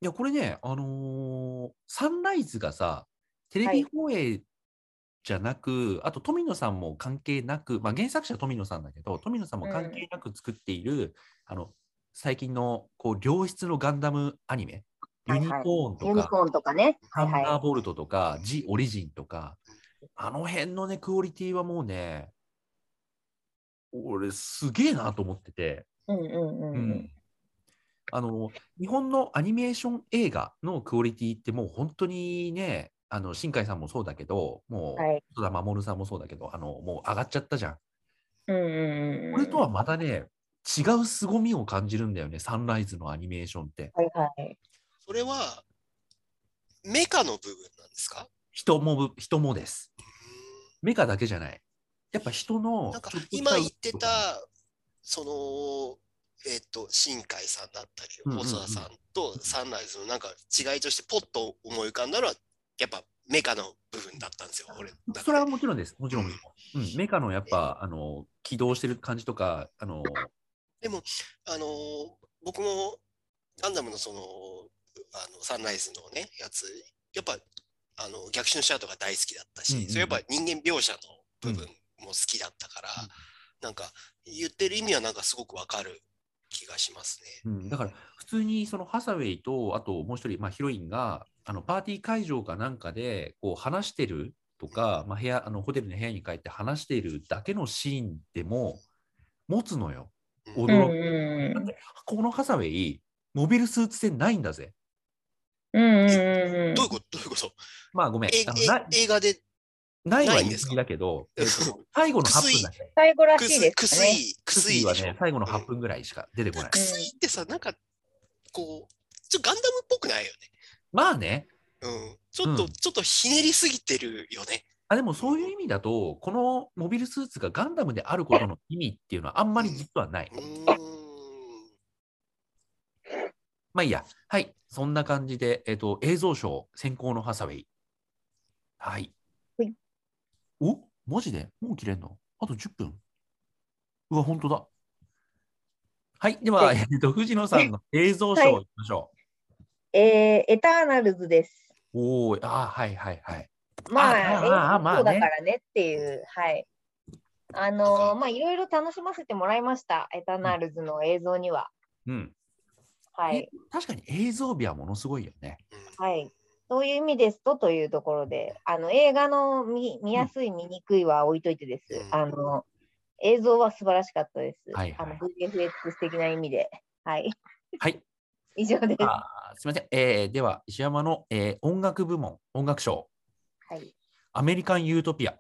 S1: いや、これね、あのーサンライズがさ、テレ
S2: は
S1: ビ
S2: い
S1: 放映じゃなく、あと富野さんも関係なく、まあ、原作者は富野さんだけど、富野さんも関係なく作っている、あの最近のこう良質のガンダムアニメ、ユ
S2: はい
S1: ニ
S2: はい
S1: コーンと
S2: ユニ
S1: か、
S2: コーンとかね。
S1: ハン
S2: はい
S1: ダー
S2: は
S1: ボルトとか、ジ・オリジンとか、あの辺のね、クオリティはもうね、俺、すげえなと思ってて、
S2: い。うんうんうん
S1: う。んあの日本のアニメーション映画のクオリティってもう本当にね、あの新海さんもそうだけど、もう、
S2: はい。
S1: 戸田守さんもそうだけど、あのもう上がっちゃったじゃん。
S2: うんうんうん。
S1: これとはまたね、違う凄みを感じるんだよね、サンライズのアニメーションって。
S2: はいはい。
S3: それは、メカの部分なんですか
S1: 人もぶ、人もです。メカだけじゃない。やっぱ人の
S3: なんか
S1: ちょっとした
S3: 今言ってた、その、えっと、新海さんだったり
S1: うんうんう、ん
S3: 細田さんとサンライズのなんか違いとして、ポッと思い浮かんだのは、やっぱメカの部分だったんですよ、俺の中で。
S1: それはもちろんです。もちろんもちろん。うん、メカのやっぱ、あの、起動してる感じとか、あの、
S3: あのー僕もガンダムのそのあのサンライズのねやつやっぱあの逆襲のシャートが大好きだったし、
S1: うんうん
S3: それやっぱ人間描写の部分も好きだったから、
S1: うん
S3: なんか言ってる意味はなんかすごくわかる気がします
S1: う
S3: ね。
S1: ん、だから、普通にそのハサウェイと、あともう一人、まあ、ヒロインが、あの、パーティー会場かなんかで、こう、話してるとか、まあ、部屋、あの、ホテルの部屋に帰って話しているだけのシーンでも、持つのよ。
S3: うん
S2: うん
S1: 驚
S2: うんうん。
S1: このハサウェイ、モビルスーツ戦ないんだぜ。
S2: うんうんうんうん
S3: どういうことどういうこと
S1: まあ、ごめん。
S3: え
S1: あの
S3: え
S1: な
S3: 映画で
S1: ないは
S3: ない
S1: 言
S3: ん
S1: い
S3: です
S1: 過
S3: か
S1: ぎだけど、えっと最後の8分だけ。
S2: 最後ら
S3: く
S2: しい
S3: す
S2: で
S3: く
S2: す
S3: す
S2: ね。
S3: いくすい
S1: は
S3: でしょ
S1: ね、最後の8分ぐらいしか出てこない
S3: く。すいってさなんかこうちょっとガンダムっぽくないよ
S1: まあね、
S3: ね。うん、ちょっと、
S1: うん
S3: ちょっとひねりすぎてるよね。
S1: あでもそういう意味だと、このモビルスーツがガンダムであることの意味っていうのはあんまり実はない。
S3: うーん
S1: まあいいや。はい。そんな感じで、えっと、映像賞、先行のハサウェイ。はい。
S2: はい
S1: おマジでもう切れんのあと10分。うわ、本当だ。はい。では、
S2: はい
S1: えっと、藤野さんの映像賞いきましょ
S2: えーエターナルズです。
S1: う。おー、あーはいはいはい。
S2: まあ、
S1: ああああまあね
S2: 映像だからねっていう、はい。あのーまあいろいろ楽しませてもらいました、エタナールズの映像には。
S1: うん。
S2: はい、
S1: 確かに映像美はものすごいよね。
S2: はい。そういう意味ですとというところで、あの映画の見見やすい、見にくいは置いといてです
S3: う。ん
S2: あの映像は素晴らしかったです。
S1: はいはい
S2: あの VFX 的な意味で。はい。
S1: はい。
S2: 以上です。は
S1: あーすみません。えーでは、石山の、えー音楽部門、音楽賞、
S2: い。
S1: アメリカン・ユートピア。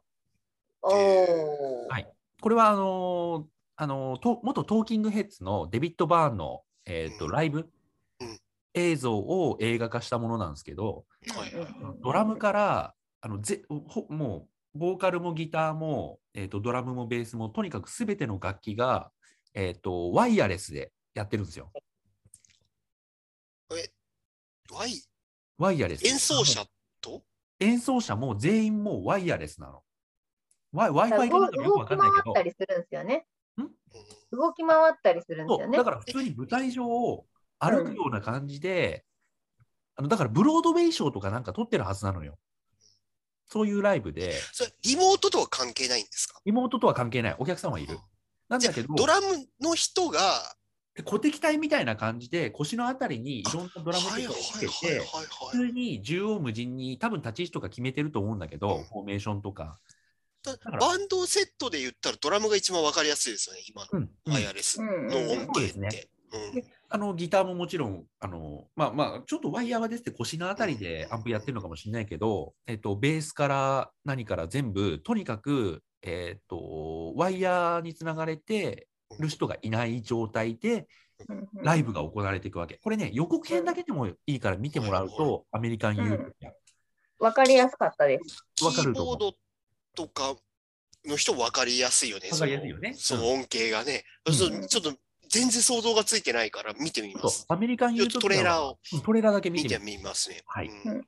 S2: おお、
S1: はいこれはあのーあのーと元トーキングヘッズのデビッド・バーンの、えー、と
S3: うん
S1: ライブ
S3: うん
S1: 映像を映画化したものなんですけど、
S3: はいはい。
S1: ドラムからあのぜほもうボーカルもギターも、えー、とドラムもベースもとにかくすべての楽器が、えー、とワイヤレスでやってるんですよ。
S3: ワイ
S1: ワイヤレス
S3: 演奏者
S1: あの演奏者も全員もうワイヤレスなの。ワ Wi-Fi かなんかよく
S2: 動
S1: わ
S2: き
S1: かん
S2: 回
S1: ないけ
S2: っ
S1: ど
S2: た。りするんですよね。
S3: うん
S2: 動き回ったりするんです
S1: そ
S2: よ
S1: う
S2: ね
S1: だ。から普通に舞台上を歩くような感じで、あのだからブロードウェイショーとかなんか撮ってるはずなのよ。そういうライブで、
S3: それリモートとは関係ないんですか
S1: 妹とは関係ない、お客さんはいる。なん
S3: じゃ
S1: だ
S3: あ
S1: けど、
S3: ドラムの人が、
S1: 小敵隊みたいな感じで、腰のあたりにいろんなドラムセットをつけ
S3: はい
S1: て、
S3: はいはいはい
S1: 普通に縦横無尽に、多分立ち位置とか決めてると思うんだけど、
S3: うん
S1: フォーメーションとか。
S3: だ
S1: ら
S3: バンドセットで言ったらドラムが一番わかりやすいですよね、今
S1: うん
S3: のワイヤレス
S2: う
S3: の
S2: んうん。
S3: 音源
S1: そう
S3: っ
S1: で
S3: て。うん
S1: あのギターももちろん、あのまあまあ、ちょっとワイヤーは出てて腰のあたりでアンプやってるのかもしれないけど、えっと、ベースから何から全部、とにかく、えっと、ワイヤーにつながれてる人がいない状態でライブが行われていくわけ。これね、予告編だけでもいいから見てもらうと、アメリカンユーロや、
S2: わかりやすかったです。
S3: キ
S1: わか
S3: ー
S1: ると
S3: ボ
S1: 思う
S3: ードとかの人わかりやすいよね。
S1: わかりやすいよね
S3: そのその音形がね。
S1: うん
S3: そうちょっと全然想像がついてないから見てみ
S1: そ
S3: ま
S1: う
S3: す。
S1: アメリカン
S3: ち
S1: ユ
S3: ょっ
S1: ー
S3: と
S1: ロ
S3: トレーラーを
S1: トレーラーだけ見
S3: 見
S1: て
S3: て
S1: みる。
S3: みますね。
S1: はい
S3: うん
S2: うん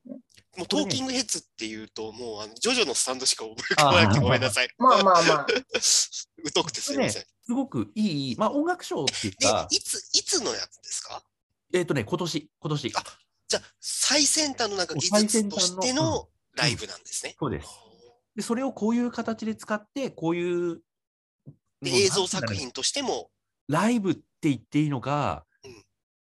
S3: もうトーキングヘッズっていうと、もうあのジョジョのスタンドしか思い浮かばなく
S1: あ
S3: て
S1: ー
S3: ごめんなさい。
S2: まあまあまあ。
S3: 疎くてすみません。
S1: すごくいい、まあ、音楽賞っていう
S3: で
S1: か、、
S3: いつ、いつのやつですか
S1: えっとね、今年、今年。
S3: あじゃあ、最先端のなんか技
S1: 最
S3: 術
S1: 先
S3: と
S1: 端
S3: し
S1: の
S3: て
S1: うん
S3: のライブなんですね。
S1: そうです。で、それをこういう形で使って、こういう。
S3: で
S1: もう
S3: 映像作。
S1: なんていうんだろう
S3: 品としても、
S1: ライブって言っていいのか、
S3: うん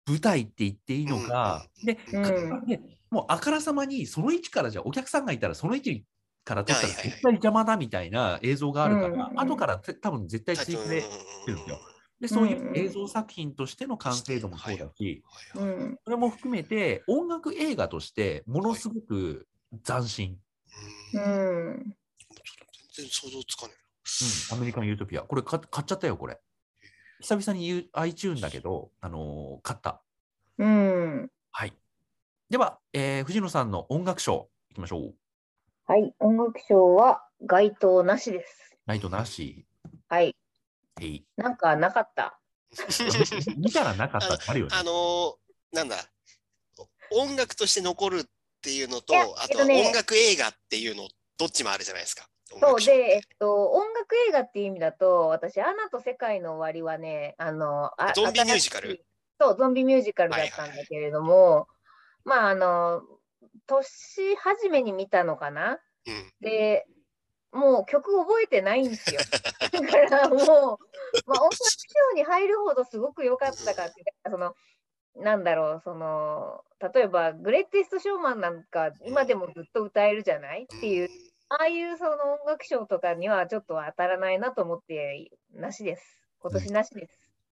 S1: 舞台って言っていいのか、
S3: うん
S1: で、
S2: うん
S1: かでもうあからさまにその位置からじゃあお客さんがいたらその位置から撮ったら
S3: はいはいはい
S1: 絶対邪魔だみたいな映像があるから、
S2: うん
S1: 後からて多分絶対追加で
S3: うん
S1: ですよでそうい
S2: う
S1: う
S2: ん
S1: 映像作品としての完成度もそうだし、
S3: はいは
S2: う
S3: い
S2: ん。
S1: それも含めて音楽映画としてものすごく斬新、
S2: う
S3: うん
S2: ん。
S3: 全然想像つかない。
S1: うん、アメリカン・ユートピアこれ買っ買っちゃったよこれ久々に U- iTune だけど、あのー買った
S2: うん。
S1: はい。では、えー藤野さんの音楽賞いきましょう。
S2: はい。音楽賞は該当なしです。
S1: ナイトなし。
S2: はい。
S1: えい
S2: なんかなかった。
S1: 見たらなかったってあるよね。
S3: あのー、なんだ、音楽として残るっていうのと
S2: いや、
S3: あ
S2: えっ
S3: と
S2: と
S3: は
S2: ね
S3: 音楽映画っていうの、どっちもあるじゃないですか。
S2: そう
S3: 音楽賞
S2: で、えっと、音楽映画っていう意味だと、私、アナと世界の終わりはね、あの、あ
S3: ゾンビミュージカル
S2: 新しいそう、ゾンビミュージカルだったんだけれども、まあ、あの、年初めに見たのかな
S3: うん
S2: で、もう曲覚えてないんですよ。だからもう、まあ、音楽賞に入るほどすごく良かったかって、だからその、なんだろう、その、例えば、グレイテスト・ショーマンなんか、今でもずっと歌えるじゃないっていうああいうその音楽賞とかにはちょっと当たらないなと思って、なしです。今年なしです。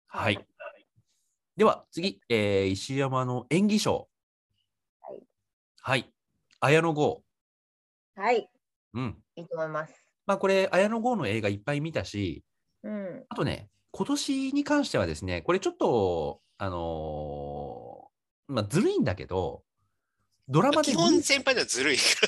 S1: はい。では、次、えー石山の演技賞。
S2: はい。
S1: はい。綾野剛。
S2: はい、
S1: うん。
S2: いいと思います。
S1: まあ、これ、綾野剛の映画いっぱい見たし、
S2: うん。
S1: あとね、今年に関してはですね、これちょっと、あのーまあ、ずるいんだけど、ドラマで
S3: 基本先輩ではずるい。
S1: そう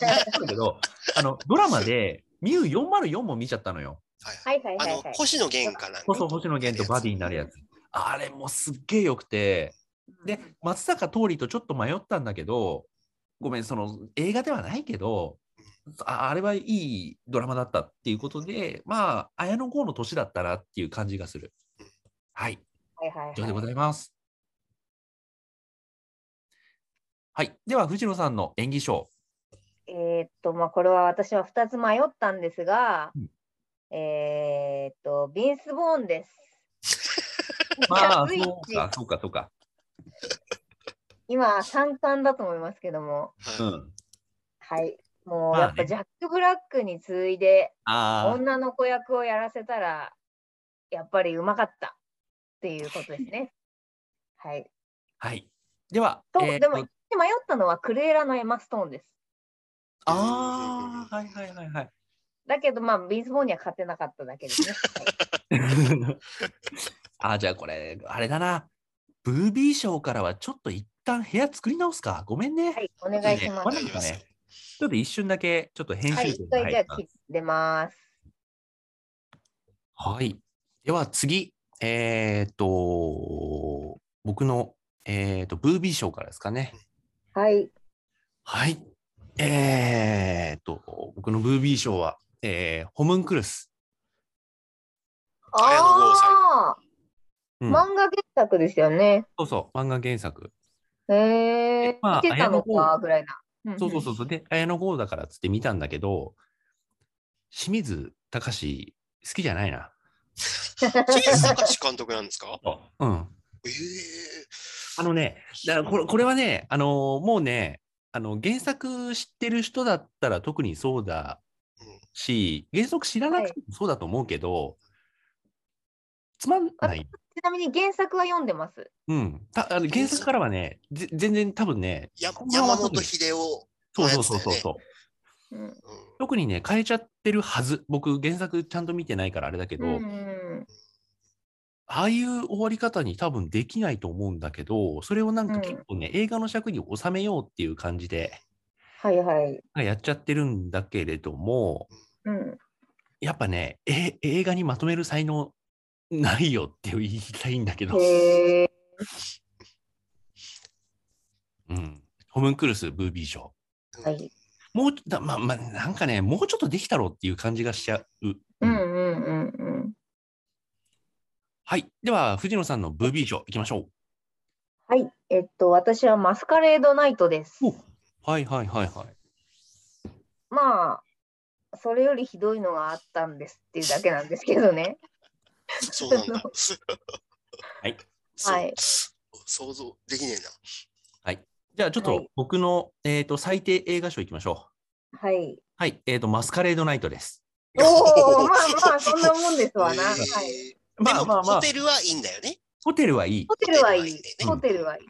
S1: だけど、あの、ドラマで、ミュー404も見ちゃったの よ。
S2: はいはい
S3: あ
S2: はい
S3: の
S2: はい。
S3: 星野源かなんか。
S1: こそ星野源とバディになるやつ。あれもすっげえよくて、で、松坂桃李とちょっと迷ったんだけど、ごめん、その映画ではないけど、ああれはいいドラマだったっていうことで、まあ、綾野剛の年だったなっていう感じがする。はい。
S2: はいはいは
S1: 以上
S2: い
S1: でございます。はい。では、藤野さんの演技賞。
S2: えーっと、まあ、これは私は2つ迷ったんですが、
S1: うん
S2: えーっと、ビンスボーンです。
S1: まあ、
S2: スイッチ
S1: そうか、そうか、そうか。
S2: 今、三冠だと思いますけども、
S3: はい
S1: うん。
S2: はい。もう
S1: まあね
S2: やっぱジャック・ブラックに次いで、
S1: あ
S2: 女の子役をやらせたら、やっぱりうまかったっていうことですね。はい。
S1: あ、はい。では、
S2: と、
S1: えー
S2: でも、迷ったのはクレーラのエマ・ストーンです。
S1: ああ、はいはいはい はい。
S2: だけど、まあ、ビンスボーンには勝てなかっただけですね。はい
S1: あーじゃあこれ、あれだな。ブービー賞からはちょっと一旦部屋作り直すか。ごめんね。
S2: はい、お願いしま
S1: こ
S2: す
S1: れ。なんかね、ちょっと一瞬だけ、ちょっと編
S2: はい、
S1: 集点
S2: 一
S1: が
S2: 回じゃ
S1: 入っ
S2: あ
S1: た
S2: 切ってます。
S1: はい。では次、えっ、と、僕の、えっ、と、ブービー賞からですかね。
S2: はい、
S1: はい。えっ、と、僕のブービー賞は、えーホムンクルス。
S2: ああ、
S1: うん、
S2: 漫画原作ですよね。
S1: そうそう、漫画原作。
S2: へえ
S1: で、まあ
S2: 見てたのかぐらいな。
S1: そうそうそうそう。で、綾野剛だからっつって見たんだけど、清水隆好きじゃないな。
S3: 清水隆監督なんで すか
S1: うん。
S3: ええ
S1: あのね、だからこれこれはね、あのーもうね、あの原作知ってる人だったら特にそうだし、原則知らなくてもそうだと思うけど、つまんない。
S2: ちなみに原作は読んでます。
S1: うん、たあの原作からはね、ぜ全然多分ね、
S3: や
S1: こんばんは
S3: 山本秀夫。
S1: そうそうそうそうそう、
S2: うん。
S3: うん
S1: 特にね、変えちゃってるはず。僕、原作ちゃんと見てないからあれだけど、
S2: うん
S1: あ
S2: うん
S1: あいう終わり方に多分できないと思うんだけど、それをなん
S2: う
S1: か
S2: ん
S1: 結構ね、映画の尺に収めようっていう感じで、
S2: はいは
S1: な
S2: い。
S1: んかやっちゃってるんだけれども、
S2: うん。
S1: やっぱね、え映画にまとめる才能ないよって言いたいんだけど、
S2: へえ。
S1: うん、ホムンクルス、ブービー賞。
S2: はい。
S1: もうだ、まあまあ、なんかね、もうちょっとできたろうっていう感じがしちゃう。
S2: うんうんうんうん。
S1: はい。では、藤野さんのブービー賞いきましょ
S2: はい。えっと、私はマスカレードナイトです。
S1: う。はいはいはいはい。
S2: まあ、それよりひどいのがあったんですっていうだけなんですけ どね。
S3: そうなんだ。
S1: はい。
S2: はい
S3: そう。想像できねえな。
S1: じゃあ、ちょっ
S2: は
S1: と
S2: い
S1: 僕の、えっ、と、最低映画賞いきましょう。
S2: はい。
S1: はい。えっ、と、マスカレードナイトです。
S2: おお、まあまあ、そんなもんですわな。
S3: え
S2: はい
S3: ー。
S1: まあ
S3: でも
S1: まあまあ
S3: ホ、テルはいいんだよね。
S1: ホテルはいい
S2: ホ。テルはいい。
S3: うん
S2: ホテルはいい。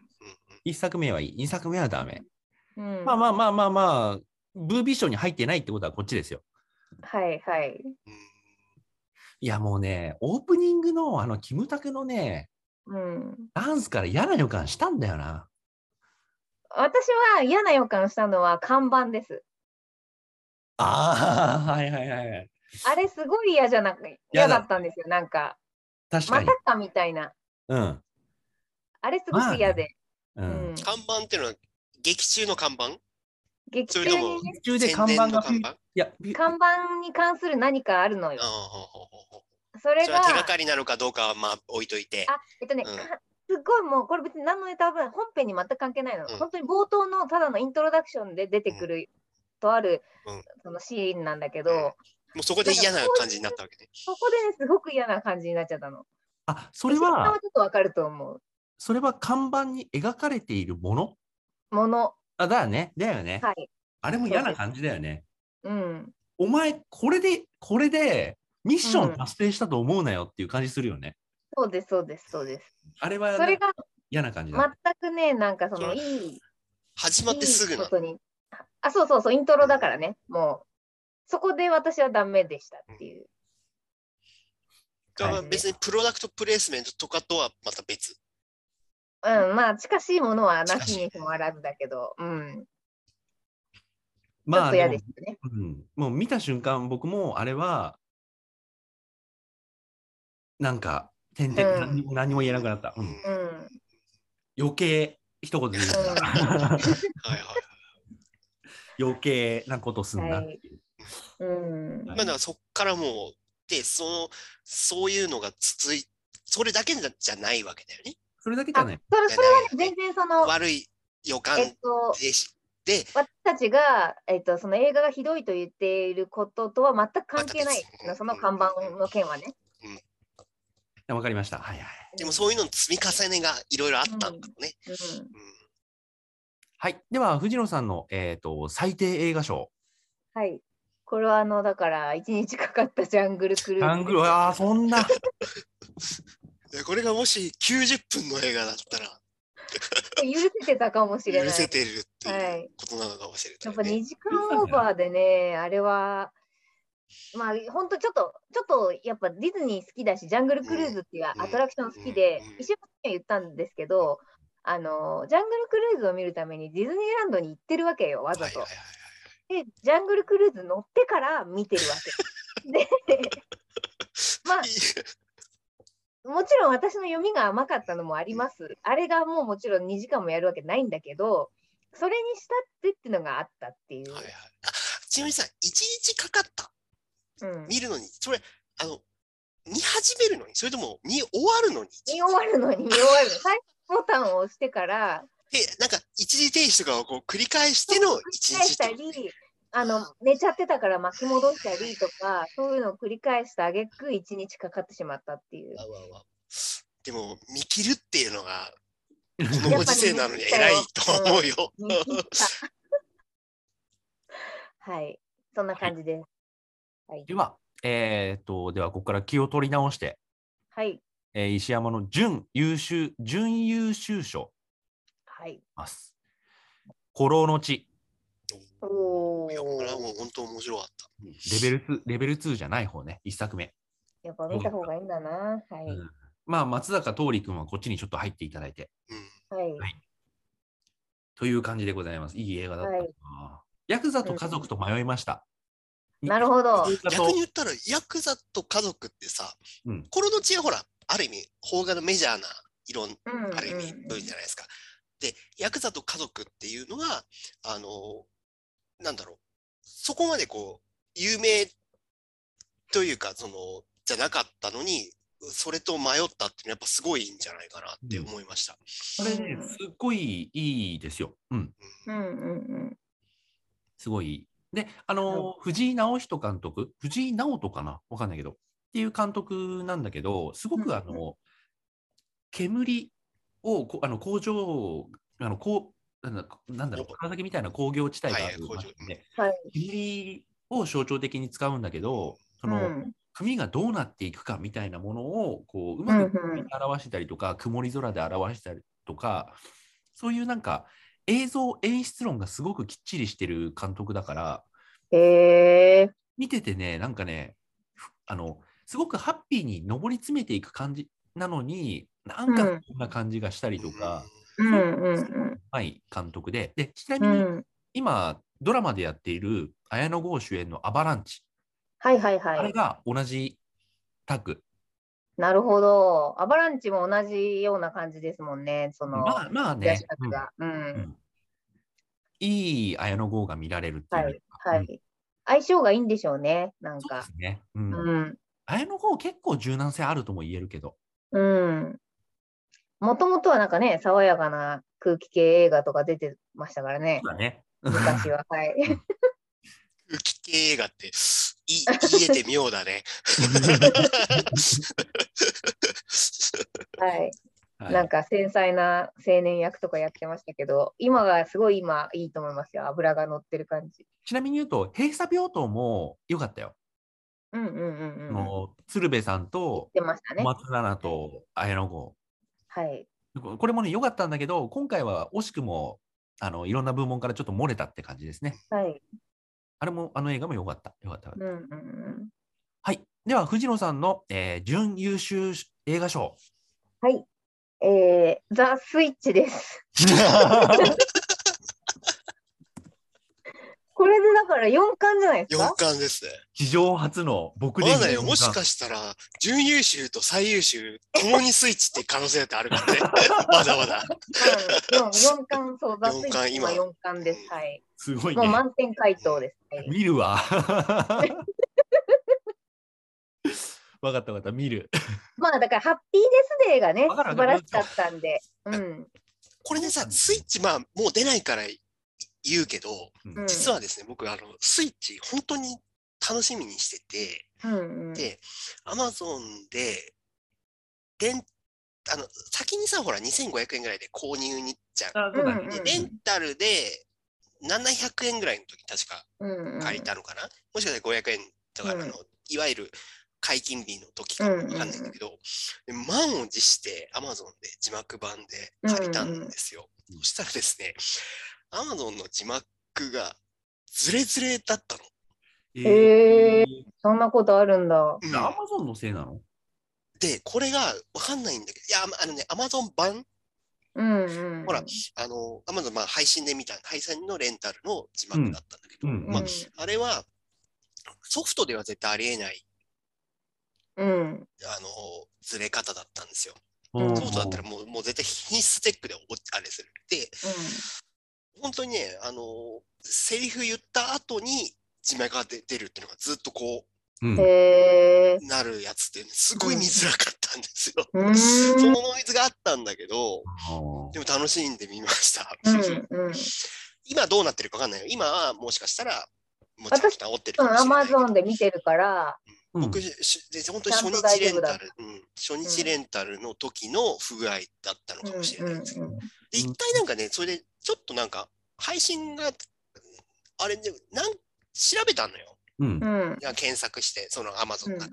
S1: 一作目はいい。二作目はダメ。
S2: うん。
S1: まあまあまあまあまあ、ブービー賞に入ってないってことはこっちですよ。
S2: はいはい。
S3: うん
S1: いやもうね、オープニングのあのキムタクのね、
S2: うん。
S1: ダンスから嫌な予感したんだよな。
S2: 私は嫌な予感したのは看板です。
S1: ああ、はいはいはい。
S2: あれすごい嫌じゃなく
S1: 嫌
S2: 嫌
S1: だ
S2: だったんですよ。なんか、
S1: 確か
S2: ま
S1: に
S2: た。かみたいな。
S1: うん。
S2: あれすごく嫌で。
S1: う
S2: うんん。
S3: 看板っていうのは劇中の看板
S2: 劇
S3: そ
S2: 中
S3: れと
S2: に
S3: も
S2: ね、
S1: 途中で
S3: 宣
S1: 看
S3: 伝
S1: 板
S3: の
S1: が。
S3: 看板
S1: いや、び
S2: 看板に関する何かあるのよ
S3: あ。あ
S2: それ
S3: それは手
S2: が
S3: が、かりなのかどうかはまあ置いといて。
S2: あ、えっとね、
S3: う
S2: か
S3: ん
S2: すごいもうこれ別に何のネタもない本編に全く関係ないの、
S3: うん
S2: 本当に冒頭のただのイントロダクションで出てくる、とある、
S3: うん
S2: そのシーンなんだけど、
S3: うんもうそこで嫌な感じになったわけね。
S2: そこでねすごく嫌な感じになっちゃったの。
S1: あ、それ
S2: 石井さん
S1: は
S2: は、ちょっとわかると思う。
S1: それは看板に描かれているもの
S2: もの、
S1: あ、だよね。だよね。
S2: はい、
S1: あれも嫌な感じだよね。
S2: うん、
S1: お前、これで、これで、ミッション達成したと思うなよっていう感じするよね。
S2: そうですそうですそうです。
S1: あれは
S2: それが
S1: 嫌な感じだ。
S2: 全くねなんかその
S3: うん
S2: いい
S3: 始まってすぐ
S2: いいこ
S3: な。
S2: とにあそうそうそうイントロだからねもうそこで私はダメでしたっていう。
S3: だから別にプロダクトプレイスメントとかとはまた別。
S2: うん、まあ近しいものはなき
S3: 近しい
S2: にしもあらずだけど、うん、ちょ
S1: ま
S2: っ
S1: あ、
S2: と嫌
S1: で
S2: で
S1: も
S2: したね。
S1: うん、もう見た瞬間僕もあれはなんかてんてん
S2: うん
S1: 何も何も言えなくなった、うん
S3: うん
S2: う
S3: はい
S2: ん、
S1: 余計一言で言うから
S3: はい。
S1: 余計なことすんなっていう、
S2: うん、
S1: は
S3: まあだからそっからもう、で、その、そういうのが続い、それだけじゃじゃないわけだよね。
S1: それだけじゃない
S2: それそれはね全然その、
S3: 悪い予感
S2: えっと、
S3: でしで、
S2: 私たちが、えっと、その映画がひどいと言っていることとは全く関係ない
S3: また別に
S2: その看板の件はね。
S1: やわかりました。はいはい。
S3: でもそういうのの積み重ねがいろいろあったんだろうね。
S2: うん
S3: うん
S1: はい。では、藤野さんの、えっ、と、最低映画賞。
S2: はい。これはあのだから1日かかったジャングルクルーズ。
S1: タング、ああ、そんな。
S3: いやこれがもし90分の映画だったら
S2: 許せてたかもしれ
S3: 許
S2: ない。
S3: せてるって
S2: は
S3: いう
S2: い
S3: ことなのかもしれ
S2: や
S3: な
S2: っぱ
S3: い、ね
S2: 2時間オーバーでね、あれは、まあ本当ちょっと、ちょっとやっぱディズニー好きだし、ジャングルクルーズっていうアトラクション好きで
S3: うん、
S2: 石破さんには言ったんですけど、あのジャングルクルーズを見るためにディズニーランドに行ってるわけよ、わざ
S3: はい
S2: と。
S3: はいはい
S2: で、ジャングルクルーズ乗ってから見てるわ け。で、まあ
S3: いい
S2: もちろん私の読みが甘かったのもあります。あれがもうもちろん2時間もやるわけないんだけど、それにしたってっていうのがあったっていう。
S3: はいはいあちなみにさ1日かかった
S2: うん、
S3: 見るのにそれあの見始めるのにそれとも見終わるのに
S2: 見終わるのに見終わるの。再生ボタンを押してから、
S3: でなんか一時停止とかをこう繰り返しての1
S2: 返
S3: 日
S2: し
S3: と
S2: たり、あの寝ちゃってたから巻き戻したりとか、そういうのを繰り返した挙句1日かかってしまったっていう。
S3: わわわでも見切るっていうのがこのご時世なのに偉いと思うよ。
S2: 見切った はい、そんな感じです。は い
S1: で。は、えっ、と、では、ここから気を取り直して、
S2: はい。
S1: えー石山の準優秀、準優秀賞
S2: はい、
S1: ます。古老の地、
S2: おお。
S3: いやこれはもう本当面白かった。
S1: レベル2、レベル2じゃない方ね、一作目。
S2: やっぱ見た方がいいんだな。は
S1: う
S2: い。
S1: んまあ、松坂桃李君はこっちにちょっと入っていただいて、
S3: うん
S2: はい。
S1: という感じでございます。いい映画だったな。
S2: はい
S1: ヤクザと家族と迷いました。
S2: なるほど。
S1: ヤクザ
S3: 逆
S1: と
S3: に言ったらヤクザと家族ってさ、
S1: うん
S3: コロの地はほらある意味邦画のメジャーな色
S2: うんうんうん
S3: ある意味分じゃないですか。でヤクザと家族っていうのがあのなんだろうそこまでこう有名というかそのじゃなかったのにそれと迷ったっていうのはやっぱすごいんじゃないかなって思いました。
S1: これね、すっごいいいですよ。うん、
S2: うんうん
S1: すごいいい。で、あのー藤井直人監督、藤井直人かなわかんないけど、っていう監督なんだけど、すご
S2: うんう
S1: く
S2: ん
S1: あの、煙をこあの工場、あのこうなんだなんだろう、川崎みたいな工業地帯がある
S3: は
S1: 街
S3: いはい工場
S1: で、
S2: はい
S1: 煙を象徴的に使うんだけど、そ
S2: うん。う
S1: の、
S2: ん
S1: 組がどうなっていくかみたいなものをこううまく
S2: うんうん
S1: 表したりとか、曇り空で表したりとかそういうなんか映像演出論がすごくきっちりしてる監督だから
S2: へえ。
S1: 見ててねなんかねふあのすごくハッピーに上り詰めていく感じなのになんか
S2: うん
S1: こんな感じがしたりとか、
S2: うんうん
S1: うまい監督ででちな
S2: う
S1: みに
S2: ん。うん。
S1: 今ドラマでやっている綾野剛主演の「アバランチ」
S2: はいはい
S1: あ
S2: は
S1: れ
S2: い。
S1: が同じタッグ
S2: なるほど。アバランチも同じような感じですもんね。その、
S1: まあまあ
S2: 出
S1: ね
S2: し、方が。う
S1: うん
S2: ん。
S1: いい綾野剛が見られるっていう
S2: は
S1: のが、
S2: い。はい。相性がいいんでしょうね。なん
S1: そうで
S2: か
S1: す。ね。うん
S2: うん。
S1: 綾野剛結構柔軟性あるとも言えるけど、
S2: うん。もともとはなんかね、爽やかな空気系映画とか出てましたからね
S1: そう。だね。
S2: 昔は。はい。
S3: 空気系映画ってい言えて妙だ ね。
S2: はい。
S1: はい
S2: なんか繊細な青年役とかやってましたけど、今がすごい今いいと思いますよ。油が乗ってる感じ。
S1: ちなみに言うと、閉鎖病棟も良かったよ。
S2: うんうんう
S1: あ
S2: んうん。言っ
S1: の鶴瓶さんと
S2: てましたね。
S1: 松永と綾野剛。
S2: はい。
S1: ここれもね、良かったんだけど、今回は惜しくもあのいろんな部門からちょっと漏れたって感じですね。
S2: はい。
S1: あれも、あの映画も良かった。良かった。
S2: うんうんうん。
S1: はい。では、藤野さんの、えー準優秀映画 賞。
S2: はい。えー、ザ・スイッチです。これでだから4巻じゃないです
S3: 四
S2: か
S3: 巻ですね。
S1: 史上初の僕
S3: ま
S1: で
S3: だよ、もしかしたら、準優秀と最優秀、共にスイッチって可能性だってあ るからね。まだまだ。
S2: うん、4, 巻、そう、ザ・スイ
S3: 四
S2: ッ
S3: 巻
S2: チ
S3: 今
S2: 今4巻です。はい。
S1: すごい
S2: もう
S1: ね。
S2: 満点回答です。はい
S1: 見るわ。 わかったわかった、見る。
S2: まあだから、ハッピーデスデーがね、
S1: わか
S2: 素
S1: るわ
S2: 晴
S1: からる
S2: しかったんで、うん。
S3: これでさ、スイッチ、まあ、もう出ないから、い言うけど、
S2: うん
S3: 実はですね、僕、あの、スイッチ、本当に楽しみにしてて、
S2: うんうん
S3: で、アマゾンで、レン、あの、先にさ、ほら、2500円ぐらいで購入にじゃん。
S1: あそうだね
S2: うんうん
S3: で、レンタルで700円ぐらいの時、確か
S2: うんうん
S3: 借りたのかな、もしかしたら500円とか、
S2: うん
S3: あのいわゆる解禁日の時かわかんないんだけど、で満を持してアマゾンで字幕版で借りたんですよ。
S1: うんうん
S3: そしたらですね、アマゾンの字幕がズレズレだったの。
S2: えそんなことあるんだ。
S3: うん
S1: アマゾンのせいなの
S3: で、これがわかんないんだけど、いや、あのね、アマゾン版、
S2: うんうん。
S3: ほらあの、アマゾン、まあ、配信で見た、配信のレンタルの字幕だったんだけど、
S1: うんうん
S3: まあ、あれは、ソフトでは絶対ありえない、
S2: うん。
S3: あの、ズレ方だったんですよ。
S2: うん
S3: そうだったらもうもう絶対品質チェックでおあれする。で、本当にね、あのセリフ言った後に字幕が出出るっていうのがずっとこ
S1: うん
S2: うん。へえ。
S3: うなるやつって、すごい見づらかったんですよ。
S2: うーん
S3: そのノイズがあったんだけど、
S1: あ
S3: でも楽しんでみました。
S2: うんうん。
S3: 今どうなってるかわかんないよ。今はもしかしたら、もうちょっ
S2: 私
S3: と治ってる
S2: う
S3: かも
S2: ん、
S3: しれ
S2: ア
S3: な
S2: マ
S3: いけど。
S2: ゾンで見てるから、
S1: ー
S3: 僕、
S1: うん
S3: しで本当
S2: ちゃん
S3: に
S2: と
S3: 初日
S2: 大
S3: レ
S2: 丈
S3: ン
S2: 夫だ
S3: タル、うん、初日レンタルの時の不具合だったの
S2: うん
S3: かもし
S2: う
S3: れない
S2: ん
S3: ですけど
S2: うん
S3: で一回なんかね、それで、ちょっとなんか、配信が、あれで、なん、調べたのよ。
S1: うん
S2: う。ん
S3: いや検索して、その Amazon の中でね。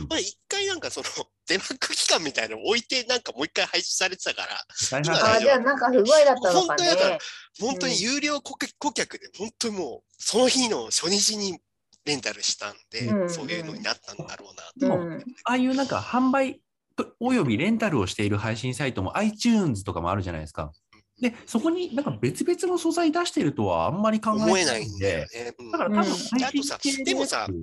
S1: うん
S3: これ一回なんかその、 デバッグ期間みたいなの置いて、なんかもう一回配信されてたから、
S1: 大変
S2: あ
S1: だ
S2: ーじゃあなんか不具合だったのか
S3: 本当だ
S2: ね。
S3: 本当に有料顧客顧客で、本当にもう、その日の初日にレンタルしたんで、
S2: うん
S3: そういうのになったんだろうなと。
S1: でも
S2: うん
S1: ああいうなんか販売とおよびレンタルをしている配信サイトも iTunes とかもあるじゃないですか。で、そこになんか別々の素材出してるとはあんまり考え
S3: 思えない
S1: ん
S3: んだよ
S1: で。
S3: ね。うん
S1: だから多分配信系のやつ
S3: あとさで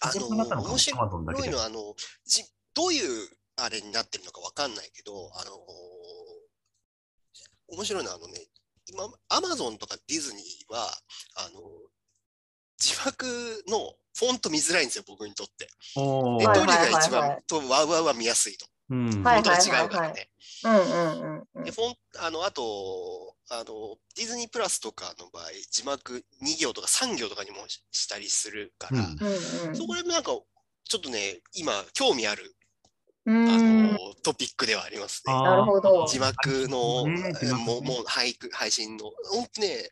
S3: あ
S1: そこになった
S3: の、
S1: のか
S3: 面
S1: も
S3: 白い
S1: アマゾンだ
S3: 黒
S1: け
S3: い
S1: で
S3: のはあのじどういうあれになってるのかわかんないけど、あの面白いのはあのね、今、アマゾンとかディズニーは、あの字幕のフォント見づらいんですよ、僕にとって。
S1: お
S3: で、
S1: ー
S3: ど
S2: は
S3: れ
S2: い
S3: が一
S2: はいはいは
S3: 番、とワウワウは見やすいと。
S1: うん
S2: はい
S3: 本当は違うからね。
S2: うんうんうん
S3: で、フォンあの、あと、あの、ディズニープラスとかの場合、字幕2行とか3行とかにもししたりするから、
S1: うん
S2: うんうん
S3: そこら辺もなんか、ちょっとね、今、興味ある
S2: う
S3: あ
S2: ーん
S3: のトピックではあります
S1: あ
S3: ね。
S1: ー
S2: なるほど
S3: 字幕の、
S1: ね字幕ね
S3: もう、もう俳句、配信の、ほんとね、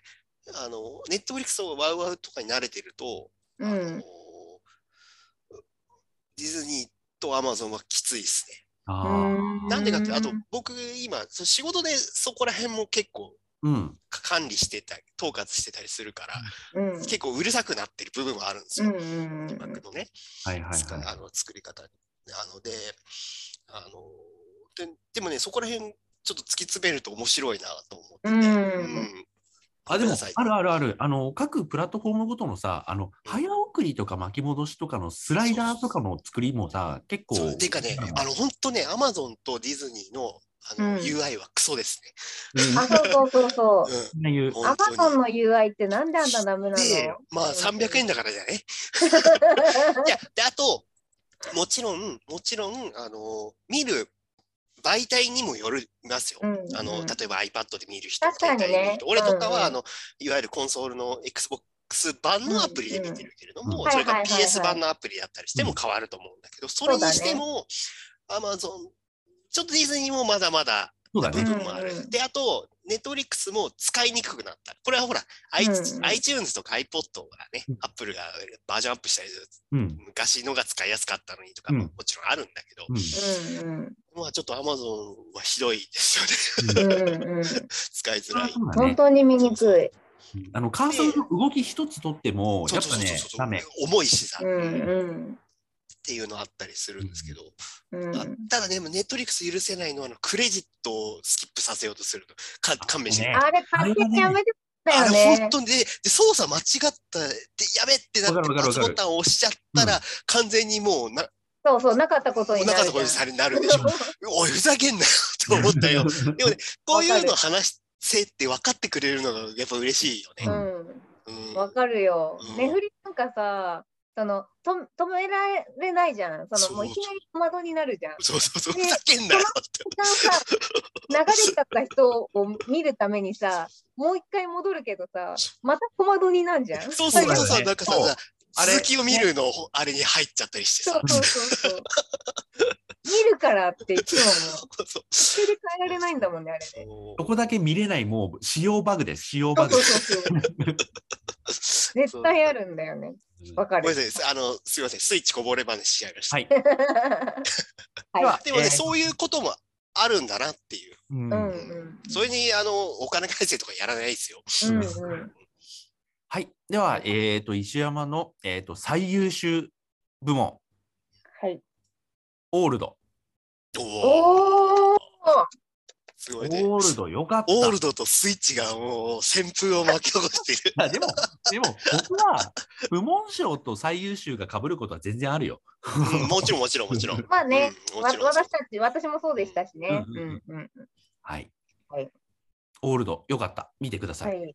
S3: あの、ネットフリックスとワウワウとかに慣れてると、
S2: う
S3: あの
S2: ん
S3: ディズニーとアマゾンはきついですね。
S1: あー
S2: う
S3: なんでかって、あと僕今、そう仕事でそこら辺も結構
S1: うん。
S3: か管理してたり、統括してたりするから、
S2: うんうん
S3: 結構うるさくなってる部分はあるんです
S2: う
S3: よ。
S2: んうん
S3: 字幕のね。
S1: はいはい
S3: 使いあ
S1: は
S3: の作り方なので、あのででもね、そこら辺ちょっと突き詰めると面白いなと思ってて、
S2: うん
S3: うん
S1: い。あ、でも
S3: ごめんなさい、
S1: あるあるある。あの、各プラットフォームごとのさ、あの、早送りとか巻き戻しとかのスライダーとかの作りもさ、結構。
S3: そうでかね、あの本当ね、アマゾンとディズニーのあ
S2: う
S3: の、
S2: ん
S3: UI はクソです
S1: うん
S2: あ、そうそうそうそう。
S3: ね。
S1: みんな言う
S3: うん、
S2: アマ
S3: 本当
S2: ゾンの UI ってなんであんなダメなの
S3: に。で、まあ300円だからだよね。いや、で、あと、もちろん、もちろん、あの、見る媒体にもよりますよ。
S2: うんうん
S3: あの、例えば iPad で見る人、
S2: 確かにね
S3: 携帯で見る人俺とかは、
S2: うんうん
S3: あの、いわゆるコンソールの Xbox 版のアプリで見てるけれど
S1: う
S3: も、
S1: んうん
S3: それが
S2: はいはいはいはい
S3: PS 版のアプリだったりしても変わると思うんだけど、それにしても、Amazon、ちょっとディズニーもまだまだ
S1: そうだ
S3: 部
S1: ね。
S3: 分もある。
S2: うんうん
S3: で、あと、Netflix も使いにくくなった。これはほら、
S2: うんうん
S3: iTunes とか iPod がね
S1: うん、
S3: Apple がバージョンアップしたりする
S1: うん。
S3: 昔のが使いやすかったのにとか
S1: うん
S3: ももちろんあるんだけど、
S1: うん
S2: うんうん
S3: まあちょっと Amazon はひどいですよね。
S2: うんうん。
S3: 使いづらい。
S1: そうだね
S2: 本当に見にくい。
S1: あのカーソルの動き一つとっても、
S3: そ
S1: や
S3: う
S1: っ
S3: そ
S1: ぱ
S3: うそう
S1: ね
S3: そう、そ
S1: ダ
S3: う、
S1: メ。
S3: 重いしさ、
S2: う
S3: っ
S2: ん
S3: ていうのあったりするんですけど、
S2: うんう
S3: あ
S2: ん。
S3: ただね、ネットリックス許せないのはあのクレジットをスキップさせようとするの。か勘弁して。
S1: ね
S2: あれ完璧やめてた
S3: あ
S2: よ
S3: れ本
S2: ね。
S3: 当にでで操作間違ったでやべってな
S1: わか
S3: って
S1: るわかるわ
S3: パス
S1: かる
S3: ボタンを押しちゃったら、完全にもうな
S2: そうそう、なかったこと
S3: お
S2: にな
S3: 腹
S2: るじ
S3: とか
S2: ゃん。
S3: にされなる でしょおいふざけんなよと思ったよでもね、こういうの話せって分かってくれるのがやっぱ嬉しいよね。
S2: うん。
S3: うん
S2: わかるよ
S3: う。ん
S2: ねふりなんかさ、そのと止められないじゃん。そ
S3: そう
S2: のもういきなり戸惑いになるじゃん。
S3: そうそうそう、ふ
S2: ね
S3: ざけんなよって。
S2: 一旦さ流れちゃった人を見るためにさもう一回戻るけどさまた戸惑いになんじゃん。
S3: そうそうそう
S1: そうだ
S3: そう、
S1: ね
S3: なんか
S1: そう
S3: さ、
S1: あれ
S3: 続きを見るの、あれに入っちゃったりして
S2: そう
S3: さ。
S2: そうそうそう。見るからっていつももう
S3: そう
S2: 一緒で変えられないんだもんねあれね。
S1: そこだけ見れない、もう、使用バグです、使用
S2: そ
S1: バ
S2: う
S1: グ
S2: そう。そうそう。絶対あるんだよね。わか
S3: ご
S2: る
S3: めん。なさい、あの、すみません、スイッチこぼれ話しちゃいました。
S1: はい
S2: はい。
S3: でもね、
S1: えー
S3: そういうこともあるんだなっていう。
S1: う
S2: うんんうん。
S3: それに、あの、お金返せとかやらないですよ。
S2: うんうん。
S1: はい。では、えっと、石山の、えっと、最優秀部門、
S2: はい。
S1: オールド。
S3: お
S2: お
S3: お、
S2: お。
S3: す
S1: オ
S3: ごいね。
S1: ールド、よかった。
S3: オールドとスイッチがもう旋風を巻き起こして いる。
S1: いやでも、でも、僕は、部門賞と最優秀が被ることは全然あるよ。
S3: うんもちろん、もちろん、もちろん。
S2: まあね。
S3: うん、も
S2: わ
S3: ちろん。
S2: 私たち私もそうでしたしね。
S1: うん
S2: う
S1: うん
S2: んうん。
S1: はい。
S2: はい
S1: オールド、よかった。見てくださ。
S2: はいい。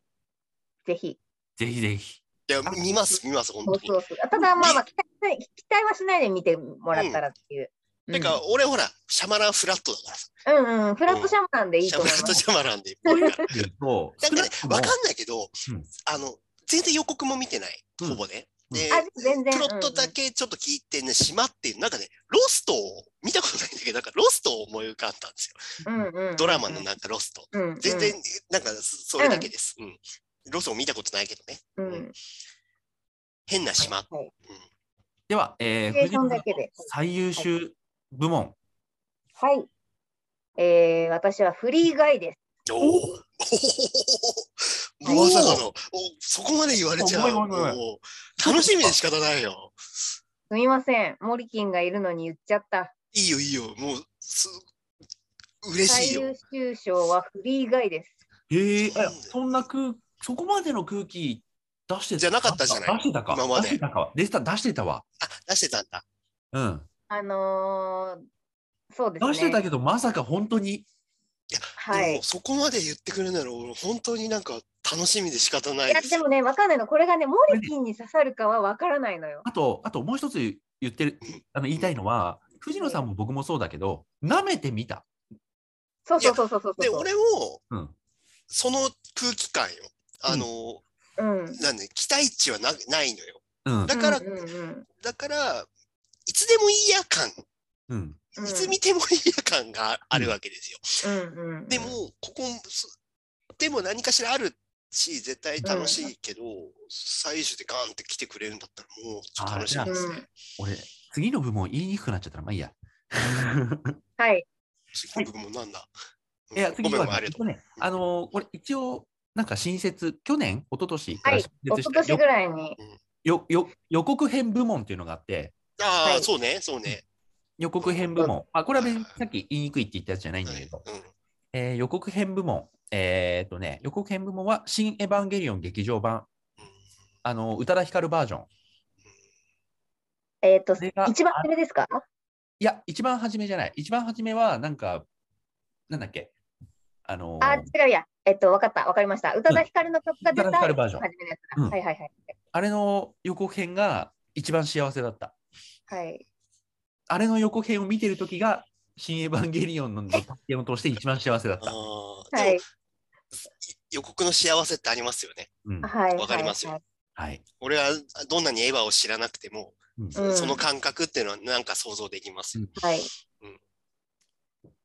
S2: ぜひ。
S1: ぜひぜ ひ。
S3: いや、見ます、見ます、本
S2: そう
S3: 当に。
S2: そうそう。ただまあまあ期待期待はしないで見てもらったらっていう。う
S3: て
S2: ん、
S3: か、俺ほら、シャマランフラットだからさ。
S2: うんうん。フラットシャムなんでいい
S3: シャ
S2: と
S3: マ
S2: 思い
S3: ラン
S2: ま
S3: と
S2: す。
S3: シャマランで行こうよ。
S1: そ
S3: なんかね、
S1: 少
S3: わ
S1: く
S3: か
S1: とも
S3: んないけど、
S1: うん
S3: あの、全然予告も見てない、
S1: うん
S3: ほぼね。
S1: うん
S3: で
S2: あ、全然。
S3: プロットだけちょっと聞いてね、島っていう、なんかね、ロストを、見たことないんだけど、なんかロストを思い浮かんだんですよ。
S2: うんうん、うんうん。
S3: ドラマのなんかロスト。
S2: うんうん、
S3: 全然、なんか、そそれだけです。うん。ロストを見たことないけどね。
S2: うん。
S3: 変な島。
S2: はい。
S1: では、え
S2: シ
S1: ー、
S2: チュエー
S1: 藤
S2: ションだ
S1: 野
S2: けで。
S1: 最優秀部門。
S2: はい。えー、私はフリーガイです。
S3: おおおまさかの、おそこまで言われちゃう。
S1: ごめんごめんごめん
S3: もう楽しみで仕方ないよ。
S2: すみません。モリキンがいるのに言っちゃった。
S3: いいよ、いいよ。もう、す、嬉しい
S2: 最
S3: よ。
S2: 優秀賞はフリーガイです。
S1: ええ
S3: そうなんだ
S1: そんな空、そこまでの空気出して
S3: じゃなかったじゃない
S1: 出してたか。
S3: 今ま
S1: 出
S3: で
S1: してたか。出した、出してたわ。
S3: あ、出してたんだ。
S1: うん。
S2: あのー、そうですね。
S1: 出してたけど、まさか本当に。
S2: は
S3: で
S2: い
S3: も、。そこまで言ってくれるなら、俺、本当になんか楽しみで仕方ない
S2: や
S3: い
S2: で
S3: で。
S2: すもね、わかんないの。これがね、モリキンに刺さるかはわからないのよ。
S1: あと、あともう一つ言ってる、あの言いたいのは、藤野さんも僕もそうだけど、舐めてみた。
S2: そうそうそうそうそうそう。
S3: で、俺も、
S1: うん。
S3: その空気感よ。あの、
S2: うん。
S3: なんで、期待値はなないのよ。
S1: うん。
S3: だから
S2: うんうんうん
S3: だから、いつでもいいや感、
S1: うん。
S2: うん、
S3: いつ見てもいいや感があるわけですよ。
S2: うんうんうん、
S3: でも、ここ、そでも何かしらあるし、絶対楽しいけど、最終でガンって来てくれるんだったら、もう、ちょっと楽しみ
S2: う
S3: ですね
S2: ん。、
S1: 俺、次の部門言いにくくなっちゃったら、まあいいや。
S2: はい。
S3: 次の部分もなんだ。うん
S1: いや、次
S3: ごめんご
S1: はね、え
S3: めん、ありが
S1: っ
S3: と
S1: とね、あのーこれ一応、なんか新設、去年、一昨年か
S2: は
S1: ら
S2: い
S1: 新。
S2: 一
S1: 設し
S2: 昨
S1: た
S2: 年ぐらいに。
S1: よよ予告編部門っていうのがあって、
S3: う。あ
S2: は
S3: あ、
S2: い
S3: そうね、そうね。
S1: 予告編部門、あこれは別にさっき言いにくいって言ったやつじゃないんだけど、
S3: うん
S1: えー予告編部門、えーっとね、予告編部門は、新エヴァンゲリオン劇場版、あのー宇多田ヒカルバージョン。
S2: えっ、と
S1: こ、れが
S2: 一番初めですか
S1: いや、一番初めじゃない。一番初めは、なんか、なんだっけ、あのー
S2: あ、違うや。えっ、と、わかった。わかりました。宇多田ヒカルの曲が出た。
S1: 宇多田ヒカルバージョン
S2: 初めのやつ
S1: うん
S2: だ。はいはいはい。
S1: あれの予告編が一番幸せだった。
S2: はい。
S1: あれの予告編を見てる時が、新エヴァンゲリオンの体験を通して一番幸せだった。
S3: ああ、
S2: は
S3: で
S2: い
S3: も。予告の幸せってありますよね。
S1: うん、
S2: はい。
S3: わかりますよ
S2: はい
S1: はい。
S3: 俺はどんなにエヴァを知らなくても、
S1: うん
S2: うん
S3: その感覚っていうのはなんか想像できますよ。
S2: はい。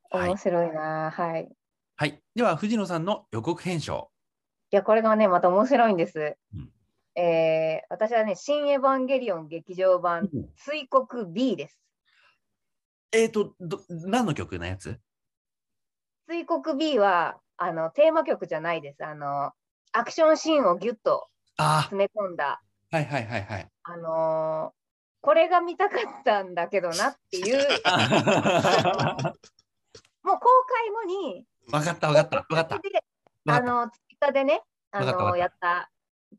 S1: はい
S2: 面白いな。はい。い
S1: はい。では、藤野さんの予告編賞。
S2: や、これがね、また面白いんです。
S1: うん
S2: えー、私はね、新エヴァンゲリオン劇場版、追国 B です。
S1: えっ、とど、何の曲のやつ
S2: 追国 B はあのテーマ曲じゃないです。あのアクションシーンをギュッと
S1: あ
S2: 詰め込んだ、
S1: あ、はいはいはいはい。
S2: あのーこれが見たかったんだけどなっ ていう、もう公開後に、
S1: わかったわかったわかった。
S2: で
S1: わ
S2: あ
S1: かっ
S2: の追加でね、あ
S1: わかったわ
S2: の
S1: かった
S2: やっ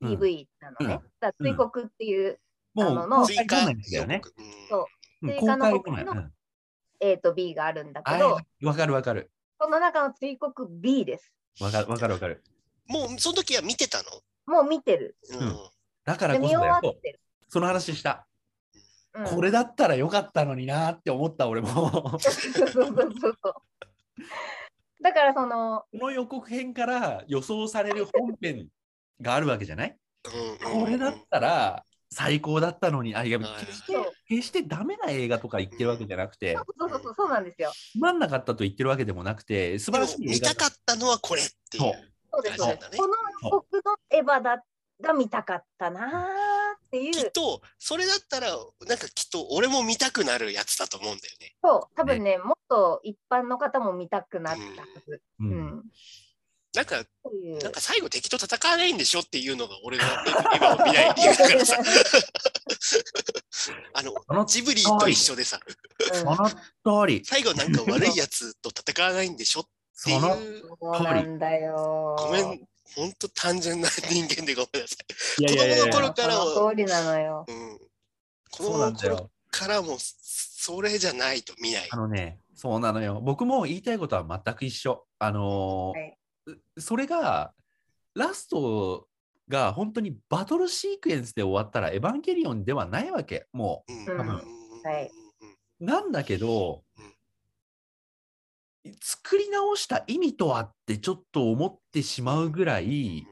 S2: た PV なの
S1: うん
S2: ね。だから追国っていう、
S1: たも
S2: あ
S1: う
S2: の
S1: 公開画面だよね。
S3: 予告うん
S2: そう
S1: うん
S2: 追
S1: 公
S2: 加
S1: 開
S2: の
S1: 画面。うん
S2: えーと B があるんだけど
S1: あ、いわかるわかる。
S2: その中の追国 B です。
S1: わかるわかるわかる。
S3: もうその時は見てたの。
S2: もう見てる。
S3: う
S1: うんだから
S2: で
S1: こ
S2: 見
S1: そ
S2: 終
S1: だ
S2: わ
S1: よ
S2: っ。てる。
S1: その話した、
S2: うん
S1: これだったらよかったのになって思った俺もこ
S2: そうそうそうそうそう。だからその、
S1: の予告編から予想される本編があるわけじゃない
S3: うん
S1: これだったら最高だったのにあいや
S3: はい
S1: 決し
S2: そう
S1: て決してダメな映画とか言ってるわけじゃなくて
S2: そうそうそうそうなんですよ。
S1: つまんなかったと言ってるわけでもなくて素
S3: で
S1: 晴
S3: も
S1: らしい映
S3: 見
S1: 画
S3: たかったのはこれってい
S1: そうう。
S2: そうです、
S1: そう
S2: ね、この僕のエヴァだが見たかったなーってい
S3: きっ
S2: う、
S3: と、それだったら、なんかきっと俺も見たくなるやつだと思うんだよね。
S2: そう、多分ね、もっと一般の方も見たくなったはず。
S1: う
S2: うんん。
S3: なんか、
S2: そういう。
S3: なんか最後敵と戦わないんでしょっていうのが俺の今を見ない理由だ からさ。あの、
S1: その
S3: ジブリと一緒でさ、
S1: その通り
S3: 最後なんか悪いやつと戦わないんでしょって
S1: そ
S3: い
S1: の
S3: う、
S2: うん、そうなんだよー。
S3: ごめん、ほんと単純な人間でごめんなさい。
S1: いやいやいやい
S3: 子供の
S1: や
S3: 頃から
S2: その通りなのよ。
S3: うん。子
S1: そう
S3: 供
S1: な
S3: の
S1: んだ
S3: 頃
S1: よ
S3: からも、それじゃないと見ない
S1: あ。のねそうなのよ僕も言いたいことは全く一緒あのー
S2: はいう
S1: それがラストが本当にバトルシークエンスで終わったらエヴァンゲリオンではないわけも
S3: うん
S2: 多分はい。
S1: うなんだけど、作り直した意味とはってちょっと思ってしまうぐらい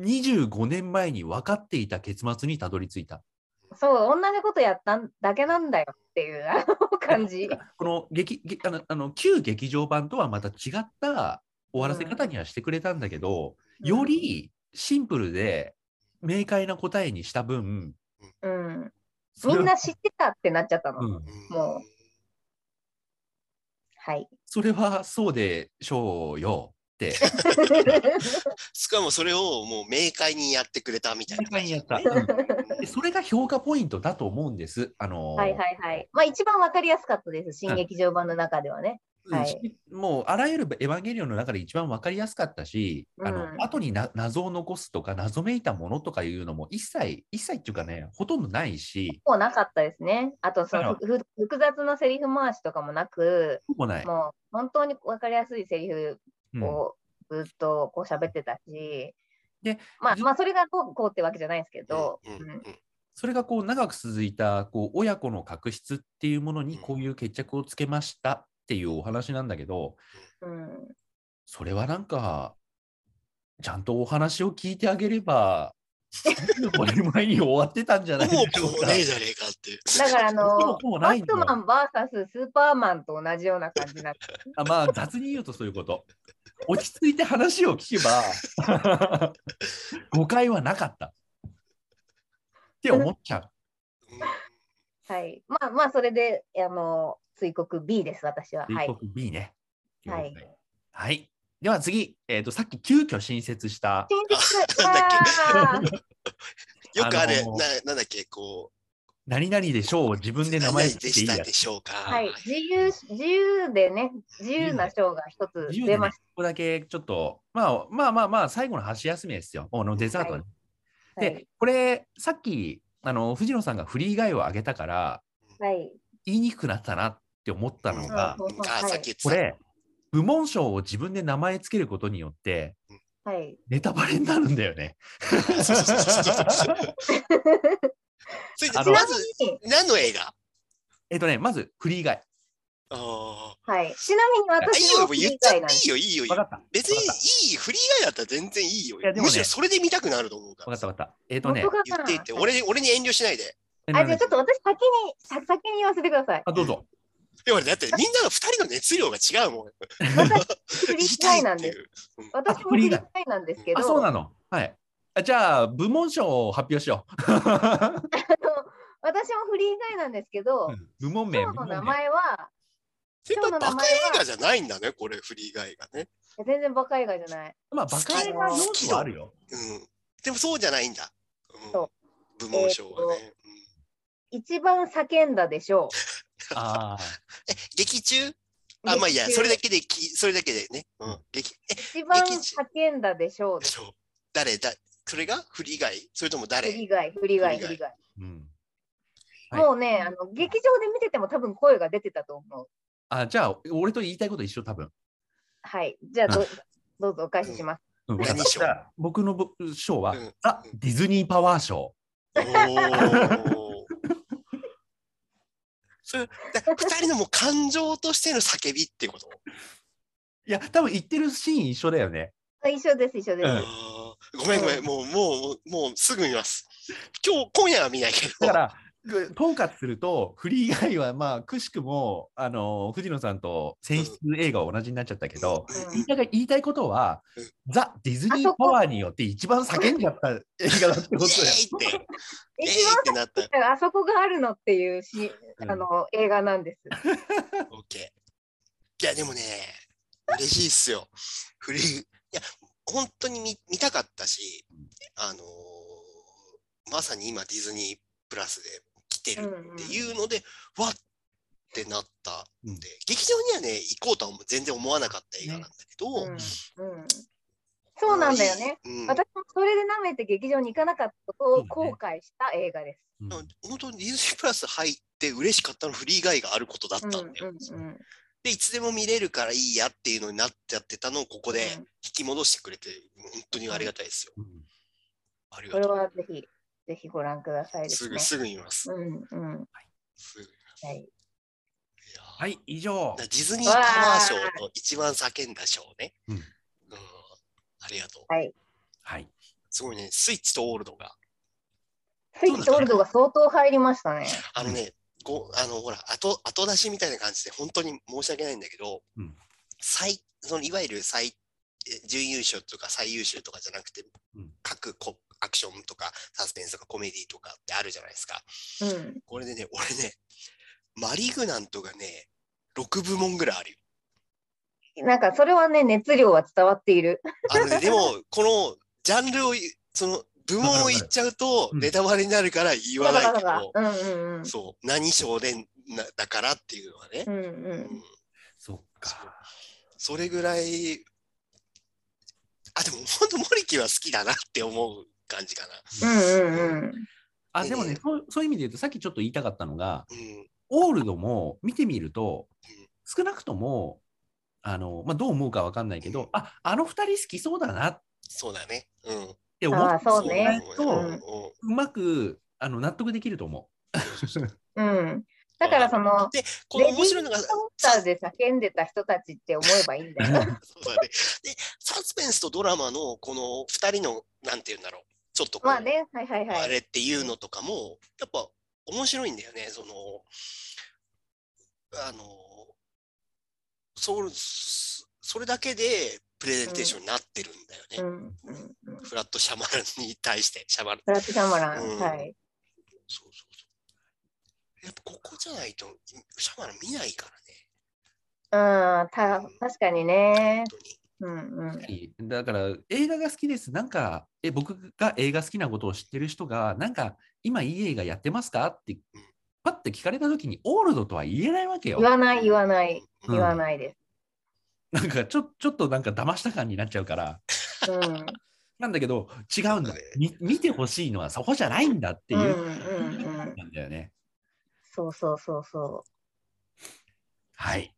S1: 25年前に分かっていた結末にたどり着いた
S2: そう、同じことやったんだけなんだよっていうあの感じ。
S1: この劇劇あのあの旧劇場版とはまた違った終わらせ方にはしてくれたんだけど、よりシンプルで明快な答えにした分
S2: うん、
S1: そ
S2: み
S1: れは
S2: んな知ってたってなっちゃったの。
S1: うん
S2: もはい。
S1: それはそうでしょうよって。
S3: しかもそれをもう明快にやってくれたみたいな感じだね。
S1: 明快にやったでそれが評価ポイントだと思うんです。あの
S2: はいはいはい。まあ一番わかりやすかったです。新劇場版の中ではね。
S1: うん
S2: はい
S1: もうあらゆるエヴァンゲリオンの中で一番分かりやすかったし、あの
S2: うん
S1: 後にな謎を残すとか謎めいたものとかいうのも一切一切っていうかねほとんどないし
S2: もうなかったですね。あとそ
S1: だ
S2: のふふ複雑なセリフ回しとかもなく、
S1: ほぼない。
S2: もう本当にわかりやすいセリフ
S1: うん
S2: をずっとこう喋ってたし、
S1: で
S2: まあ
S1: ず
S2: まあそれがこうこうってわけじゃないですけど、
S3: うんうんうん
S1: それがこう長く続いたこう親子の確執っていうものに
S3: うん
S1: こういう決着をつけましたっていうお話なんだけど
S2: うんうん
S1: それはなんかちゃんとお話を聞いてあげればこれ前に終わってたんじゃないで
S3: もう
S1: しょ
S3: こ
S1: う
S3: う
S1: か。
S3: ねえじゃねえかっていう。
S2: だからあ
S1: ほ
S2: の
S1: ぼ、ほぼ
S2: バ
S1: ないん
S2: ッ
S1: だ
S2: ト
S1: よ
S2: マン VS スーパーマンと同じような感じになって
S1: あまあ雑に言うとそういうこと。落ち着いて話を聞けば誤解はなかった。って思っちゃう。
S2: はい。まあまあ、それで、あの、追告 B です、私は。はい
S1: 帝。国 B ね。
S2: はい
S1: 了解。はいでは次、えーと、さっき急遽新設した
S2: 新宿
S3: なんだっ
S2: あー
S3: よくあれ、
S1: あのー
S3: ななんだっけ、こ
S1: 何々でしょうを自
S3: う、
S1: 分で名前
S3: 何
S1: 付
S3: で
S1: けてい
S3: し
S1: い
S3: た
S1: や
S3: で
S1: つ。
S3: しょうか。
S2: はい。自由、自由でね、自由な賞が一つ
S1: 自由
S2: 出
S1: でね
S2: ま
S1: こ
S2: し
S1: こだけちょっと、まあ、まあまあまあ最後の箸休めですよ。あのデザートね、
S2: た。はい
S1: で、これさっきあの藤野さんがフリーガイをあげたから
S2: はい。
S1: 言いにくくなったなって思ったのが、
S2: そうそう
S3: あ
S2: はい
S3: さっき言ってた
S1: これ部門賞を自分で名前つけることによって
S2: はい。
S1: ネタバレになるんだよね。
S3: そうそうそうそうそう それで
S1: あの
S3: まず、
S2: ちなみに
S3: 何の映画
S1: えっとねまずフリーガイ。
S3: あー
S2: はい。ちなみに
S3: あいい
S2: 私
S3: よ、
S2: も
S3: もう言っ
S2: み
S3: ち
S2: た
S3: ゃって
S2: いなんです
S3: いいよ、いいよ。いい
S1: わか
S3: よ
S1: った。
S3: 別にいい、フリー以外だったら全然いいよ。
S1: いやでもね
S3: むしろそれで見たくなると思う
S1: わ
S3: か
S1: からったわかった。えっ、と
S2: 本
S1: ね
S2: 当。か
S3: 言
S2: な
S3: っていいって、俺俺に遠慮しないで。
S1: えっと
S2: あ、じ
S1: ね
S2: ゃあちょっと私先に、さ先に言わせてくださ い。
S1: あどうぞ。
S3: でもだってみんなの二人の熱量が違うもん。
S2: フリ
S3: 言
S2: ーガ
S3: いたい
S2: イなん
S3: ってい
S2: です。
S3: う。
S2: 私もフリーガイなんですけど、
S1: あそうなの。はい。あじゃあ部門賞を発表しよう。
S2: 私もフリーガイなんですけど、
S1: 部門名。
S2: 今
S1: 部
S2: 日の
S1: 門
S2: 名
S1: 名
S2: 前は、
S3: 全
S2: 今日の
S3: 部バ
S2: 名前は
S3: カ映画じゃないんだね、これ、フリー以外がね。
S2: 全然バカ以外じゃない。
S1: まあバカ映画要素はあるよ。
S3: うん。でもそうじゃないんだ。うん
S2: そ
S3: 部門賞はね。うん
S2: 一番叫んだでしょ
S1: ああ。
S3: え、劇中
S2: う。
S3: あ、まあいいや、
S2: 劇中
S3: それだけでき、それだけでね。う
S1: うんん。
S3: 劇、え、
S2: 一番
S3: 劇中
S2: 叫んだでしょう。
S3: そう。誰だ、それがフリ以外それとも
S2: フリ
S3: 誰
S2: 以外、フリ以外、
S3: フ
S2: フリ以
S3: リ以外
S2: 外。
S1: うん。はい
S2: もうね、あの劇場で見てても多分声が出てたと思う。
S1: あじゃあ俺と言いたいこと一緒多分。
S2: はい。じゃあど、どうぞお返しします。
S1: うん
S3: 何賞
S1: じゃあ僕のぶ賞は、
S3: うん
S1: ザディズニーパワー賞。
S3: おーそれだ二人のもう感情としての叫びってこと、
S1: いや、多分言ってるシーン一緒だよね。
S2: あ一緒です、一緒で
S1: うん
S2: す。
S3: あーごめんごめん、もう、もう、もうすぐ見ます。今日、今夜は見ないけど。
S1: だから、ぐ統括すると、フリー以外は、まあ、くしくも、あの、藤野さんと選出映画は同じになっちゃったけど、
S2: うん
S1: みんなが言いたいことは
S3: うん、
S1: ザ・ディズニーパワーによって一番叫んじゃった映画だって
S3: イエ
S1: ことだよ。
S3: ーイって、イエーイ
S2: 一
S3: ってなっ た。
S2: 番あそこがあるのっていうし、
S1: うん
S2: あの映画なんです。
S3: オッケー。いや、でもね、嬉しいっすよ。フリー。いや、本当に見見たかったし、あのーまさに今ディズニープラスで来てるっていうので、わっってなったんで、劇場にはね、行こうとは全然思わなかった映画なんだけど、
S2: うんうんそうなんだよね。
S3: うん。
S2: 私もそれで舐めて劇場に行かなかったことを後悔した映画です。
S1: うん
S3: うん本当にディズニープラス入って嬉しかったのフリー以外があることだった
S2: うん
S3: んだ
S2: う
S3: よ。
S2: んうん。
S3: で、いつでも見れるからいいやっていうのになっちゃってたのをここで
S2: うん
S3: 引き戻してくれて、本当にありがたいですよ。
S1: うん
S3: あり
S2: こ
S3: が
S2: れ
S3: と。
S2: はぜひぜひご覧くださいうですす
S3: ぐ、
S2: ね。
S3: すぐ見ます。
S2: うんうん。は
S3: すぐ見ます
S2: い。
S3: いやー
S1: はい、以上
S3: だか。らディズニーパワーショーの一番叫んだショーね。
S1: うん
S3: うんありがとう。
S2: はい。
S1: はい。
S3: すごいね、スイッチとオールドが。
S2: スイッチとオールドが相当入りましたね。
S3: あのね、ごあのほら後、後出しみたいな感じで、本当に申し訳ないんだけど、
S1: うん
S3: 最そのいわゆる最え準優勝とか最優秀とかじゃなくて、
S1: うん
S3: 各こアクションとかサスペンスとかコメディとかってあるじゃないですか。
S2: うん。
S3: これでね、俺ね、マリグナントがね、6部門ぐらいあるよ。
S2: なんかそれはね、熱量は伝わっている。
S3: あの ね、でも、このジャンルを言う、その部門を言っちゃうと、
S1: うん
S3: ネタバレになるから言わないけど、
S2: うんうんうん。
S3: そう、何賞でなだからっていうのはね
S2: う、ん
S3: う
S2: うん
S3: ん
S1: そっか。
S3: それぐらい、あ、でも本当、モリキは好きだなって思う感じかな。
S2: うんうんうん。
S1: あ、でも
S3: え
S1: ね
S3: ー、
S1: そうそういう意味で言うと、さっきちょっと言いたかったのが、
S3: うん。
S1: オールドも見てみると
S3: うん、
S1: 少なくとも、あの、まあ、どう思うかわかんないけど、あ、あの二人好きそうだなっ
S3: そうだね。うん。
S1: て思
S2: あ
S1: っ
S2: ーそうね
S3: そううんうんうん
S1: うまく、あの、納得できると思
S2: うん。だからその、
S3: で、この面白いのが、
S2: レディース
S3: そ
S2: ポスターで叫んでた人たちって思えばいいん だよ。
S3: うだね。で、サスペンスとドラマの、この二人の、なんて言うんだろう。ちょっとこう、
S2: まあね、はいはいは
S3: あ
S2: い。
S3: れっていうのとかも、やっぱ面白いんだよね。その、あの、そうそれだけでプレゼンテーションになってるんだよね。
S2: うんうんうん。
S3: フラットシャマランに対して、シャマラン。
S2: プラチナマラ
S3: うん
S2: ン、はい。
S3: そうそうそう。やっぱここじゃないと、シャマラン見ないからね。
S2: うん、た確かにね
S3: 本。当に。
S2: うんうん。
S1: う。だから、映画が好きです。なんか、え、僕が映画好きなことを知ってる人が、なんか、今いい映画やってますかって、パッて聞かれたときに、オールドとは言えないわけよ
S2: 言。わない言わない
S1: うん
S2: 言わないで
S1: なんか、ちょ、ちょっとなんか騙した感になっちゃうから。
S2: す。うん。うん
S1: なんだけど、違うんだよ。み見てほしいのはそこじゃないんだって
S2: うん
S1: いう。
S2: うん。
S1: なんだよね。
S2: そうそうそうそ
S1: はい。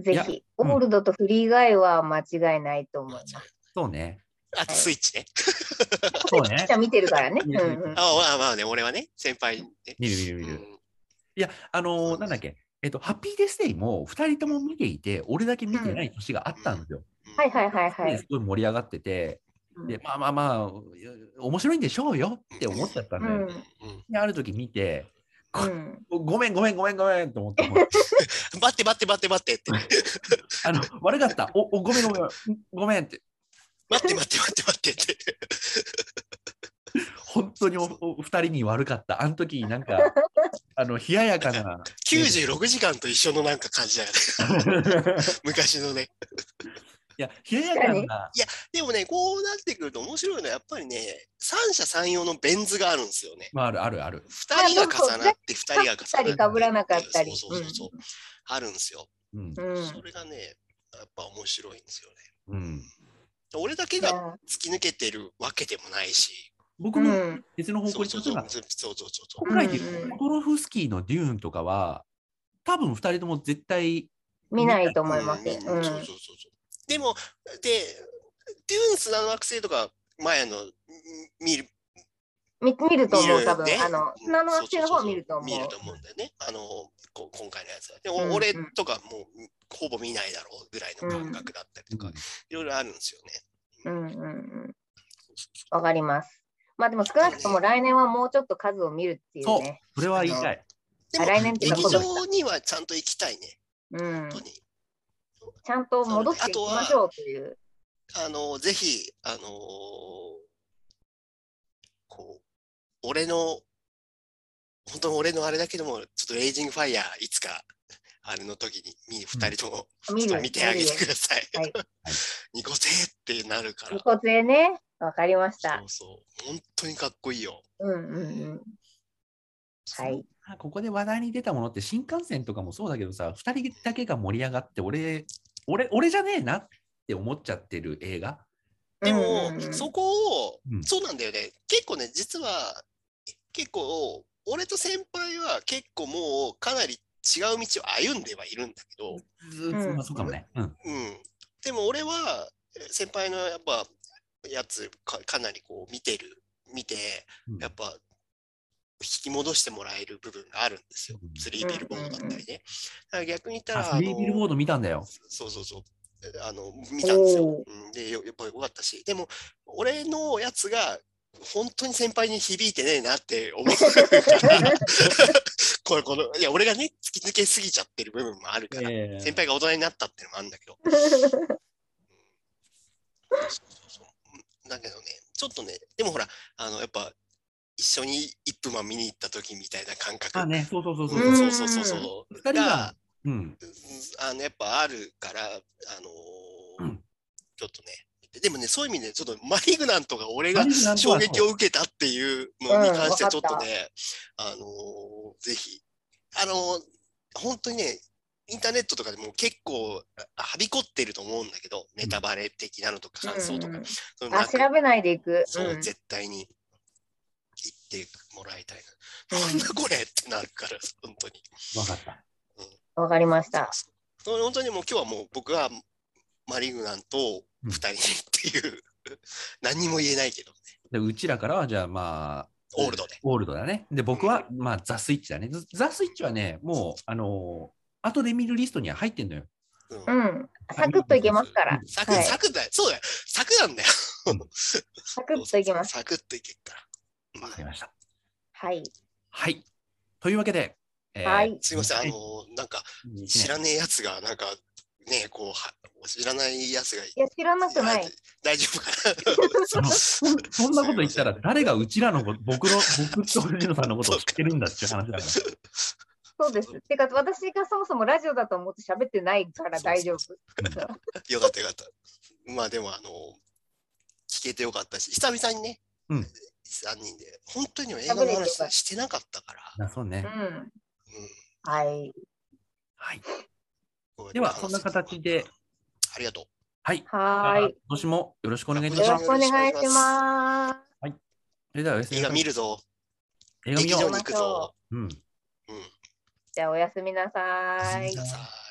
S2: う。ぜ
S1: いや
S2: ひ、
S1: うん
S2: オールドとフリー以外は間違いないと思います。
S1: そうね。
S3: あとスイッチね。
S1: そうね
S2: じゃ。あ見てるからね。うんうん。
S3: あまあまあね、俺はね、先輩ね。
S1: 見る見る
S3: う
S1: 見る。
S3: ん
S1: いや、あのーなんだっけ。えっと、ハッピーデスデイも2人とも見ていて、俺だけ見てない年があったんですよ。
S2: はいはいはいは
S1: で
S2: い
S1: す。ごい盛り上がってて、
S2: うん
S1: で、まあまあまあ、面白いんでしょうよって思っちゃったんだよね。
S2: うん
S3: うん
S1: で、ある時見て、
S2: うん。
S1: ごめんごめんごめんごめんと思って、
S3: 待って待って待って待ってって。
S1: あの、悪かった。お、おごめんごめん、ごめんって、
S3: 待って待って待って待ってって。
S1: 本当におお二人に悪かった。あの時なんか、あの、冷ややかな。
S3: 96時間と一緒のなんか感じだよね。 昔のね。
S1: いや、冷ややかな。
S3: でもね、こうなってくると面白いのはやっぱりね、三者三様のベン図があるんですよね。
S1: まあ、あるあるある。
S3: 二人が重なって、二人が重なっ
S2: 被
S3: て。
S2: ったり被らなかったり
S3: そうそうそうそう。あるんですよ。
S1: うん。
S2: うん
S3: それがね、やっぱ面白いんですよね。
S1: うん、
S3: 俺だけが突き抜けてるわけでもないし。
S1: 僕
S2: う
S1: も
S2: ん。
S1: 別の方
S3: そ
S1: 向
S3: う
S1: に
S3: そう
S1: 例
S3: そ
S1: え
S3: う
S1: ば。
S3: そうそうそうそ
S1: 今回で言う
S2: うんうん
S1: と、ポドロフスキーのデューンとかは、多分二人とも絶対、
S2: 見ないと
S3: う。
S2: 思います。
S3: うんそううそうそ
S2: ん。
S3: うそう。でも、で、デューン砂の惑星とか前の見る
S2: 見見ると思
S3: 見
S2: う、
S3: る
S2: 多分、
S3: ね
S2: あの、砂の惑星の方は見ると思う。
S3: 見ると思うんだよね。あの、こう今回のやつは。でお
S2: うんうん
S3: 俺とかもうほぼ見ないだろうぐらいの感覚だったりとか、いろいろあるんですよね。
S2: うんうんうん。
S3: そうそうそう
S2: わかります。まあでも少なくとも来年はもうちょっと数を見るっていうね。
S1: それは言いたい。
S3: で
S2: あ
S3: も、
S2: 来年っていうか
S3: 劇
S2: 今年
S3: 場にはちゃんと行きたいね、
S2: うん
S3: 本当。に。
S2: ちゃんと戻していきましょうという。
S3: あの、ぜひ、あのーこう、俺の、本当の俺のあれだけども、ちょっとレイジングファイヤー、いつか、あれの時に、み二人とも、
S2: 見
S3: ち
S2: る。
S3: ょっと見てあげ
S2: 見
S3: て
S2: る
S3: ください。
S2: はい
S1: はい
S3: ニコゼーってなるから
S2: ニ。コ杖ね。わかりまし
S3: そ
S2: た
S3: う。そう。本当にかっこいいよ。
S2: うんうんうん。はい。
S1: あここで話題に出たものって新幹線とかもそうだけどさ2人だけが盛り上がって俺俺俺じゃねえなって思っちゃってる映画
S3: でも、
S2: うんうんうん
S3: そこを、
S1: うん
S3: そうなんだよね。結構ね、実は、結構、俺と先輩は結構もうかなり違う道を歩んではいるんだけど、
S1: ずーっと、
S2: うん
S1: まあそうかもね、うん、
S3: うん。でも俺は、えー先輩のやっぱ、やつか、かなりこう見てる、見て、
S1: うん
S3: やっぱ、引き戻してもらえる部分があるんですよ
S1: う。ん
S3: スリービルボードだったりね。だから逆に言ったら、
S1: あ
S3: あ
S1: フリービル
S3: の
S1: ボード見たんだよ
S3: そうそうそう。あの、見たんですよ。
S2: お
S3: うんで、よやっぱり良かったし。でも、俺のやつが、本当に先輩に響いてねえなって思う。 これ、この、いや、俺がね、突き抜けすぎちゃってる部分もあるから、
S1: えー
S3: 先輩が大人になったっていうのもあるんだけど。そうそうそうだけどね、ちょっとね、でもほら、あの、やっぱ、一緒に一分マン見に行った時みたいな感覚。
S1: あねそうそうそう
S3: う
S1: そうんそう
S3: そうそうそうそう。
S1: 二人
S3: が
S1: は、うん、
S3: うんあのやっぱあるから、あのー
S1: うん
S3: ちょっとね。でもね、そういう意味で、ちょっとマリグナントが俺
S1: マ
S3: が
S1: リグナント
S3: 衝
S1: は
S3: 撃を受けたっていうのに関して
S2: うん
S3: ちょっとね、あのーぜひ、あのー本当にね、インターネットとかでも結構あはびこってると思うんだけど、ネタバレ的なのとか感想とか、
S2: うんうん
S3: そういうの
S2: あ、
S3: なく
S2: 調べないでいく。
S3: そう、
S2: ん
S3: 絶対に言ってもらいたいな。な
S2: うん
S3: んだこれってなるから、本当に。
S1: わかった
S2: わかりました。
S3: そう本当にもう今日はもう僕はマリグナンと二人でっていう、 何にも言えないけど、
S1: でうちらからはじゃあまあ
S3: オールドで。
S1: オールドだねで僕はまあザ・スイッチだねザザ・スイッチはねもうあのー後で見るリストには入ってんのよ
S3: うん
S2: うん。サクッといけますから。
S3: サク、
S2: はい
S3: サクだよ。そうだよ。サクなんだよ。
S2: サクッといけます。
S3: サクッといけっから。ま
S1: わかり
S3: あ、
S1: ました
S2: はい。
S1: はいというわけで、えー
S2: はい。
S3: すいません、あの、なんか知らねえやつが、なんかね、こうは、知らないやつがい
S2: いや、知らなくない。
S3: 大丈夫か
S1: あの
S3: な
S1: そん そんなこと言ったら、誰がうちらのこと、僕 の、僕と藤野さんのことを知ってるんだっていう話だから。
S2: そうです。てか、私がそもそもラジオだと思って喋ってないから大丈夫。
S3: よかったよかった。まあでもあの、聞けてよかったし、久々にね、
S1: うん
S3: 3人で、本当に映画の話してなかったから。
S1: あそうね
S2: う。ん。
S3: うん
S2: はい。
S1: はい。
S3: こうやって
S1: では、
S3: 話
S1: そんな形で、
S3: ありがとう。
S1: はい。
S2: は
S1: 今
S2: ーい。
S1: 年もよろしくお願いいた
S2: よ
S1: し
S2: ろ
S1: ま
S2: し
S1: す。
S2: くお願いします。
S1: それでは、おやすみ
S3: 映
S1: な
S3: 画
S1: さい
S3: 見るぞ。
S1: 映画見
S3: 劇
S1: よ
S3: 場
S1: う
S3: に行くぞ。
S1: うん。
S3: うん。
S2: じゃあ、おやすみなさ
S1: おやすみない
S2: ー
S1: さい。
S3: さあ